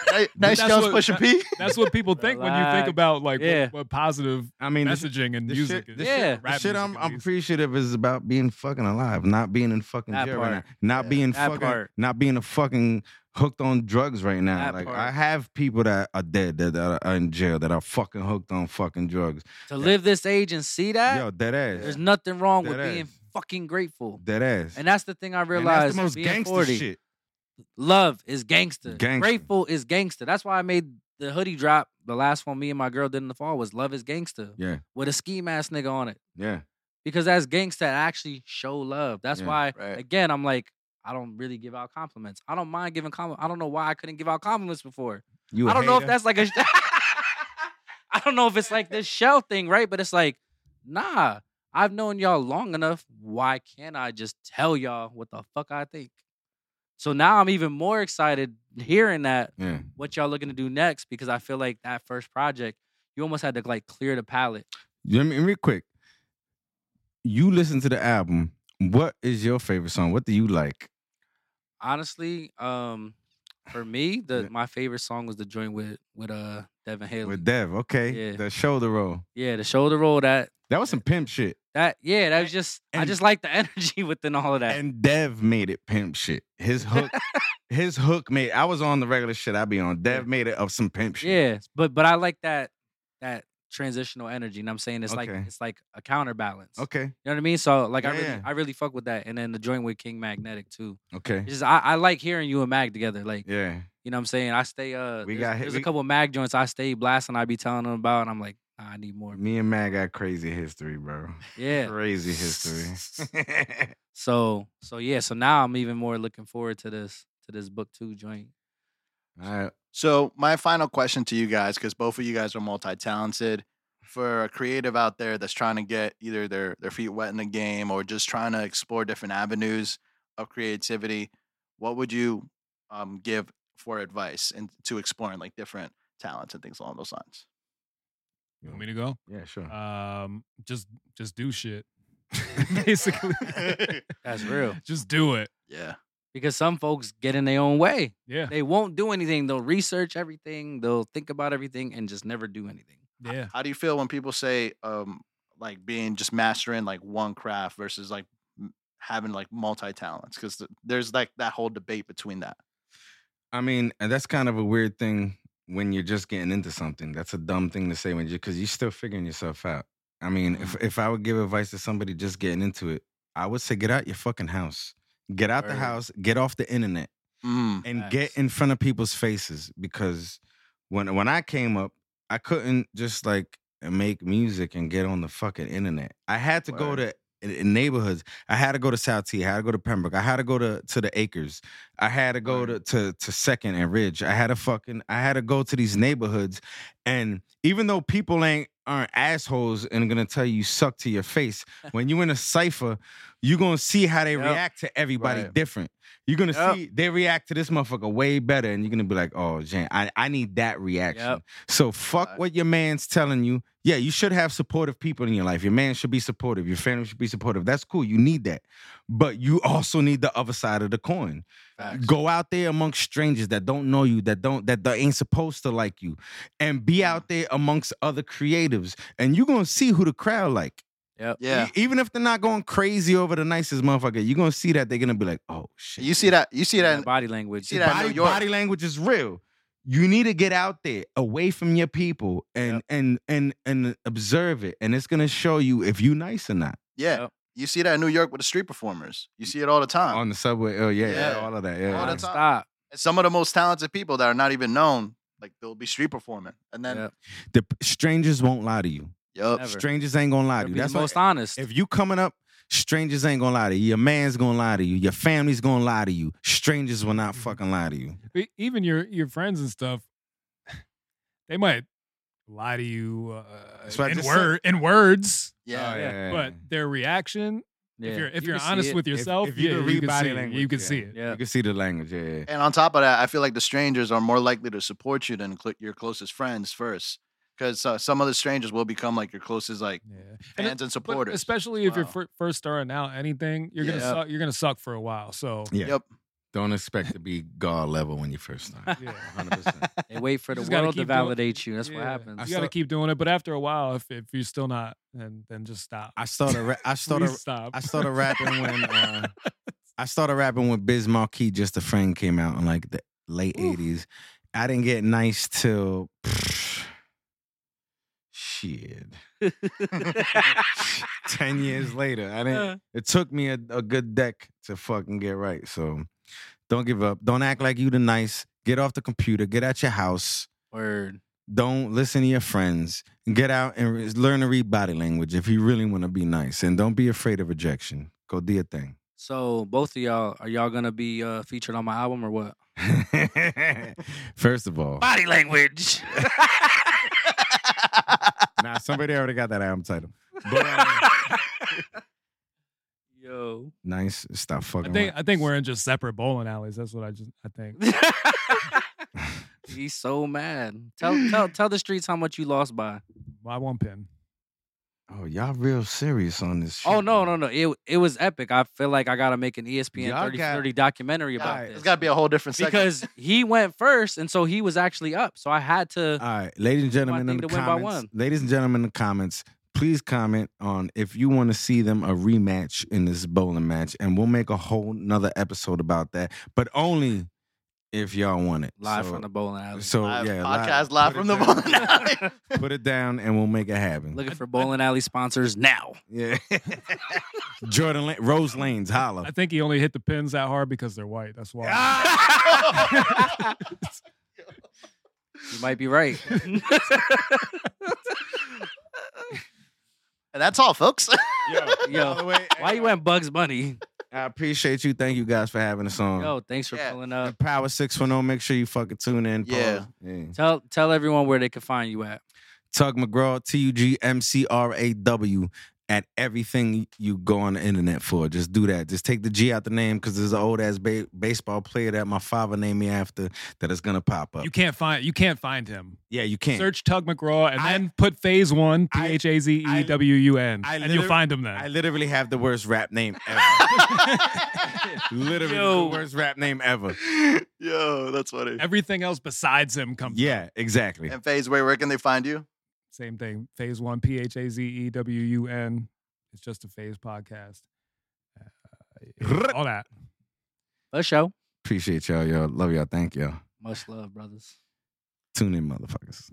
A: Nice, nice
E: That's
A: Jones
E: what-
A: pushing P.
E: That's what people think when you think
B: Relax.
E: about like what-
B: Yeah.
E: what, positive
D: I mean the shit-
E: messaging and
D: the
E: music.
D: shit-
E: is.
D: the
B: shit- Yeah.
E: Rap
D: the shit
E: music
D: I'm,
E: at
D: I'm
E: least.
D: appreciative is about being fucking alive, not being in fucking
B: That
D: jail right now,
B: part.
D: not
A: Yeah.
D: being
B: That
D: fucking,
B: part.
D: not being a fucking hooked on drugs right now.
B: That
D: like
B: part.
D: I have people that are dead that, that are in jail that are fucking hooked on fucking drugs.
B: To live this age and see that,
D: Yo, dead ass,
B: there's nothing wrong with
D: Dead
B: being
D: ass.
B: fucking grateful.
D: dead ass.
B: And that's the thing I
D: And
B: realized.
D: that's the most
B: being
D: gangster
B: 40.
D: shit.
B: Love is gangster.
D: Gangster.
B: Grateful is gangster. That's why I made the hoodie drop. The last one me and my girl did in the fall was Love is Gangster
D: Yeah,
B: with a ski mask nigga on it.
D: yeah,
B: Because that's gangster that actually show love. That's
D: Yeah.
B: why,
A: Right.
B: again, I'm like, I don't really give out compliments. I don't mind giving compliments. I don't know why I couldn't give out compliments before.
D: you. a
B: I don't know if
D: hater?
B: that's like a. I don't know if it's like this shell thing, right? But it's like, nah. I've known y'all long enough. Why can't I just tell y'all what the fuck I think? So now I'm even more excited hearing that
D: Yeah,
B: what y'all looking to do next because I feel like that first project you almost had to like clear the palette.
D: You know what I mean, real quick. You listen to the album. What is your favorite song? What do you like?
B: Honestly, um, for me,
D: Yeah.
B: the my favorite song was the joint with with uh Devin Haley.
D: With Dev, okay,
B: Yeah.
D: the shoulder roll.
B: yeah, the shoulder roll that
D: That was some pimp shit.
B: that yeah that was just I
D: and-
B: just like the energy within all of that.
D: And Dev made it pimp shit. His hook, his hook made. I was on the regular shit. I be on. Dev made it of some pimp shit.
B: Yeah, but but I like that that transitional energy. And I'm saying it's
D: Okay.
B: like it's like a counterbalance.
D: Okay.
B: You know what I mean? So like I
D: Yeah,
B: really
D: yeah.
B: I really fuck with that. And then the joint with King Magnetic too.
D: Okay.
B: It's just I, I like hearing you and Mag together. Like
D: Yeah.
B: you know what I'm saying? I stay uh
D: We
B: there's,
D: got hit-
B: there's
D: we-
B: a couple Mag joints I stay blasting, I be telling them about and I'm like, nah, I need more.
D: Me and Matt got crazy history, bro.
B: Yeah.
D: Crazy history.
B: So so yeah, so now I'm even more looking forward to this to this book two joint.
D: All right.
A: So, my final question to you guys, because both of you guys are multi talented, for a creative out there that's trying to get either their, their feet wet in the game or just trying to explore different avenues of creativity, what would you um, give for advice and to exploring like different talents and things along those lines?
E: You want me to go?
D: Yeah, sure.
B: Uh,
E: um just just do shit basically
B: That's real.
E: just do it
A: Yeah.
B: Because some folks get in their own way.
E: yeah
B: They won't do anything. They'll research everything. They'll think about everything and just never do anything.
E: yeah
A: How do you feel when people say um, like being just mastering like one craft versus like m- having like multi talents? Because there's like that whole debate between that.
D: I mean, and that's kind of a weird thing when you're just getting into something. That's a dumb thing to say when you because you're still figuring yourself out. I mean, if
B: Mm-hmm.
D: if I would give advice to somebody just getting into it, I would say get out your fucking house. Get out the
B: Word.
D: house, get off the internet.
A: Mm.
D: and
B: Facts.
D: get in front of people's faces because when when I came up, I couldn't just like make music and get on the fucking internet. I had to go
A: Word.
D: to in- in neighborhoods. I had to go to South T. I had to go to Pembroke. I had to go to to the Acres. I had to go to,
A: Word.
D: to to Second and Ridge. I had to fucking I had to go to these neighborhoods. And even though people ain't aren't assholes and gonna tell you suck to your face, when you in a cipher, you gonna see how they
B: Yep.
D: react to everybody
A: Right.
D: different. You're gonna
B: Yep.
D: see they react to this motherfucker way better, and you're gonna be like, "Oh, Jan, I, I need that reaction."
B: Yep.
D: So fuck
A: Right.
D: what your man's telling you. Yeah, you should have supportive people in your life. Your man should be supportive. Your family should be supportive. That's cool. You need that, but you also need the other side of the coin.
A: Facts.
D: Go out there amongst strangers that don't know you, that don't that, that ain't supposed to like
A: Mm.
D: you, and be out there amongst other creatives, and you're gonna see who the crowd like.
B: Yep.
A: Yeah.
D: E- even if they're not going crazy over the nicest motherfucker, you're gonna see that they're gonna be like, oh shit.
A: You see that? You see
B: Yeah,
A: that?
B: body language.
A: see that in
D: body,
A: New York.
D: body language is real. You need to get out there, away from your people, and
B: Yep.
D: and and and observe it, and it's gonna show you if you nice or not
A: Yeah.
B: Yep.
A: You see that in New York with the street performers. You see it all the time.
D: on the subway. Oh yeah, yeah,
A: Yeah.
D: all of that. Yeah,
A: All the time.
B: Stop.
A: And some of the most talented people that are not even known, like they'll be street performing, and then
B: Yep.
D: the p- strangers won't lie to you.
A: yup,
B: Never.
D: Strangers ain't gonna lie
B: They'll
D: to
B: be
D: you.
B: the
D: That's why
B: most honest.
D: if you coming up, strangers ain't gonna lie to you. Your man's gonna lie to you. Your family's gonna lie to you. Strangers will not
E: Mhm.
D: fucking lie to you.
E: E- even your your friends and stuff, they might lie to you uh,
D: That's what I
E: in
D: just said.
E: word in words,
A: yeah,
B: Oh, yeah.
E: but their reaction.
B: Yeah.
E: If you're if
B: You
E: you are
B: can see
E: honest
B: it.
E: with yourself,
D: if you
E: yeah,
D: can
E: you
D: read
E: can
D: body
E: see it. You
D: language,
E: can
D: yeah.
E: see it.
B: Yeah.
D: you can see the language. Yeah, yeah.
A: And on top of that, I feel like the strangers are more likely to support you than cl- your closest friends first, because uh, some of the strangers will become like your closest like
E: Yeah.
A: fans and,
E: But
A: supporters.
E: especially if you're
A: Wow.
E: fir- first starting out, anything you're gonna
A: Yeah.
E: suck, you're gonna suck for a while. So
D: Yeah.
A: Yep.
D: Don't expect to be God level when you first start.
E: yeah.
D: 100%.
B: They wait for
E: You
B: the
E: just gotta
B: world to
E: keep doing-
B: validate you. That's what
E: Yeah.
B: happens.
D: I
E: you got to
D: saw-
E: keep doing it, but after a while, if if you're still not, then then just stop.
D: I started. ra- I started.
E: Please stop.
D: I started rapping when. Uh, I started rapping when Biz Markie, Just a Friend, came out in like the late '80s. I didn't get nice till. Shit. Ten years later, I didn't. It took me a, a good deck to fucking get right. So, don't give up. Don't act like you the nice. Get off the computer. Get out your house.
B: Word.
D: don't listen to your friends. Get out and re- learn to read body language if you really want to be nice. And don't be afraid of rejection. Go do your thing.
B: So both of y'all, are y'all gonna be uh, featured on my album or what?
D: First of all,
B: Body language.
D: now somebody already got that album title. But, uh,
B: Yo.
D: nice. Stop
E: I
D: fucking.
E: think
D: around.
E: I think we're in just separate bowling alleys. That's what I just I think.
B: He's so mad. Tell tell tell the streets how much you lost by.
E: My one pin.
D: Oh, y'all real serious on this. Shit,
B: Oh no no no! It it was epic. I feel like I gotta make an E ESPN
D: Y'all
B: 30,
D: got-
B: 30 documentary about
D: Alright,
A: it's
B: this
A: got to be a whole different segment.
B: because he went first, and so he was actually up. So I had to.
D: All right, ladies and gentlemen
B: I
D: in
B: think
D: the
B: to win by
D: comments.
B: one.
D: Ladies and gentlemen in the comments, please comment on if you want to see them a rematch in this bowling match, and we'll make a whole nother episode about that. But only if y'all want it.
B: Live
D: so,
B: from the bowling alley.
D: so
A: Live
D: Oh, yeah,
A: podcast live
D: put
A: from
D: it
A: the
D: down.
A: bowling alley.
D: Put it down, and we'll make it happen.
B: Looking for bowling alley sponsors now.
D: yeah, Jordan Lane, Rose Lanes, holla.
E: I think he only hit the pins that hard because they're white. That's why.
D: Ah!
B: You might be right.
A: and that's all, folks.
B: Yo,
D: By the way,
B: why you went Bugs Bunny?
D: I appreciate you. Thank you guys for having us on.
B: Yo, thanks for
A: Yeah.
B: pulling up.
D: And Power Six One Zero. Make sure you fucking tune in.
A: Yeah.
D: pause. yeah.
B: Tell tell everyone where they can find you at.
D: Tug McGraw, T U G M C R A W, at everything you go on the internet for. Just do that. Just take the G out the name because there's an old ass ba- baseball player that my father named me after that is gonna pop up.
E: You can't find you can't find him.
D: yeah, you can't.
E: Search Tug McGraw and
D: I-
E: then put Phase One P
D: I-
E: H A Z
D: I-
E: E W U N,
D: I
E: and you'll
D: literally-
E: find him there.
D: I literally have the worst rap name ever. literally
B: Yo.
D: the worst rap name ever.
A: Yo, that's funny.
E: Everything else besides him comes.
D: Yeah, exactly.
A: And FaZe, where, where can they find you?
E: Same thing. Phase One P H A Z E W U N. It's just a Phase podcast. Uh, all that.
B: A show.
D: Appreciate y'all, y'all. Love y'all. Thank y'all.
B: Much love, brothers.
D: Tune in, motherfuckers.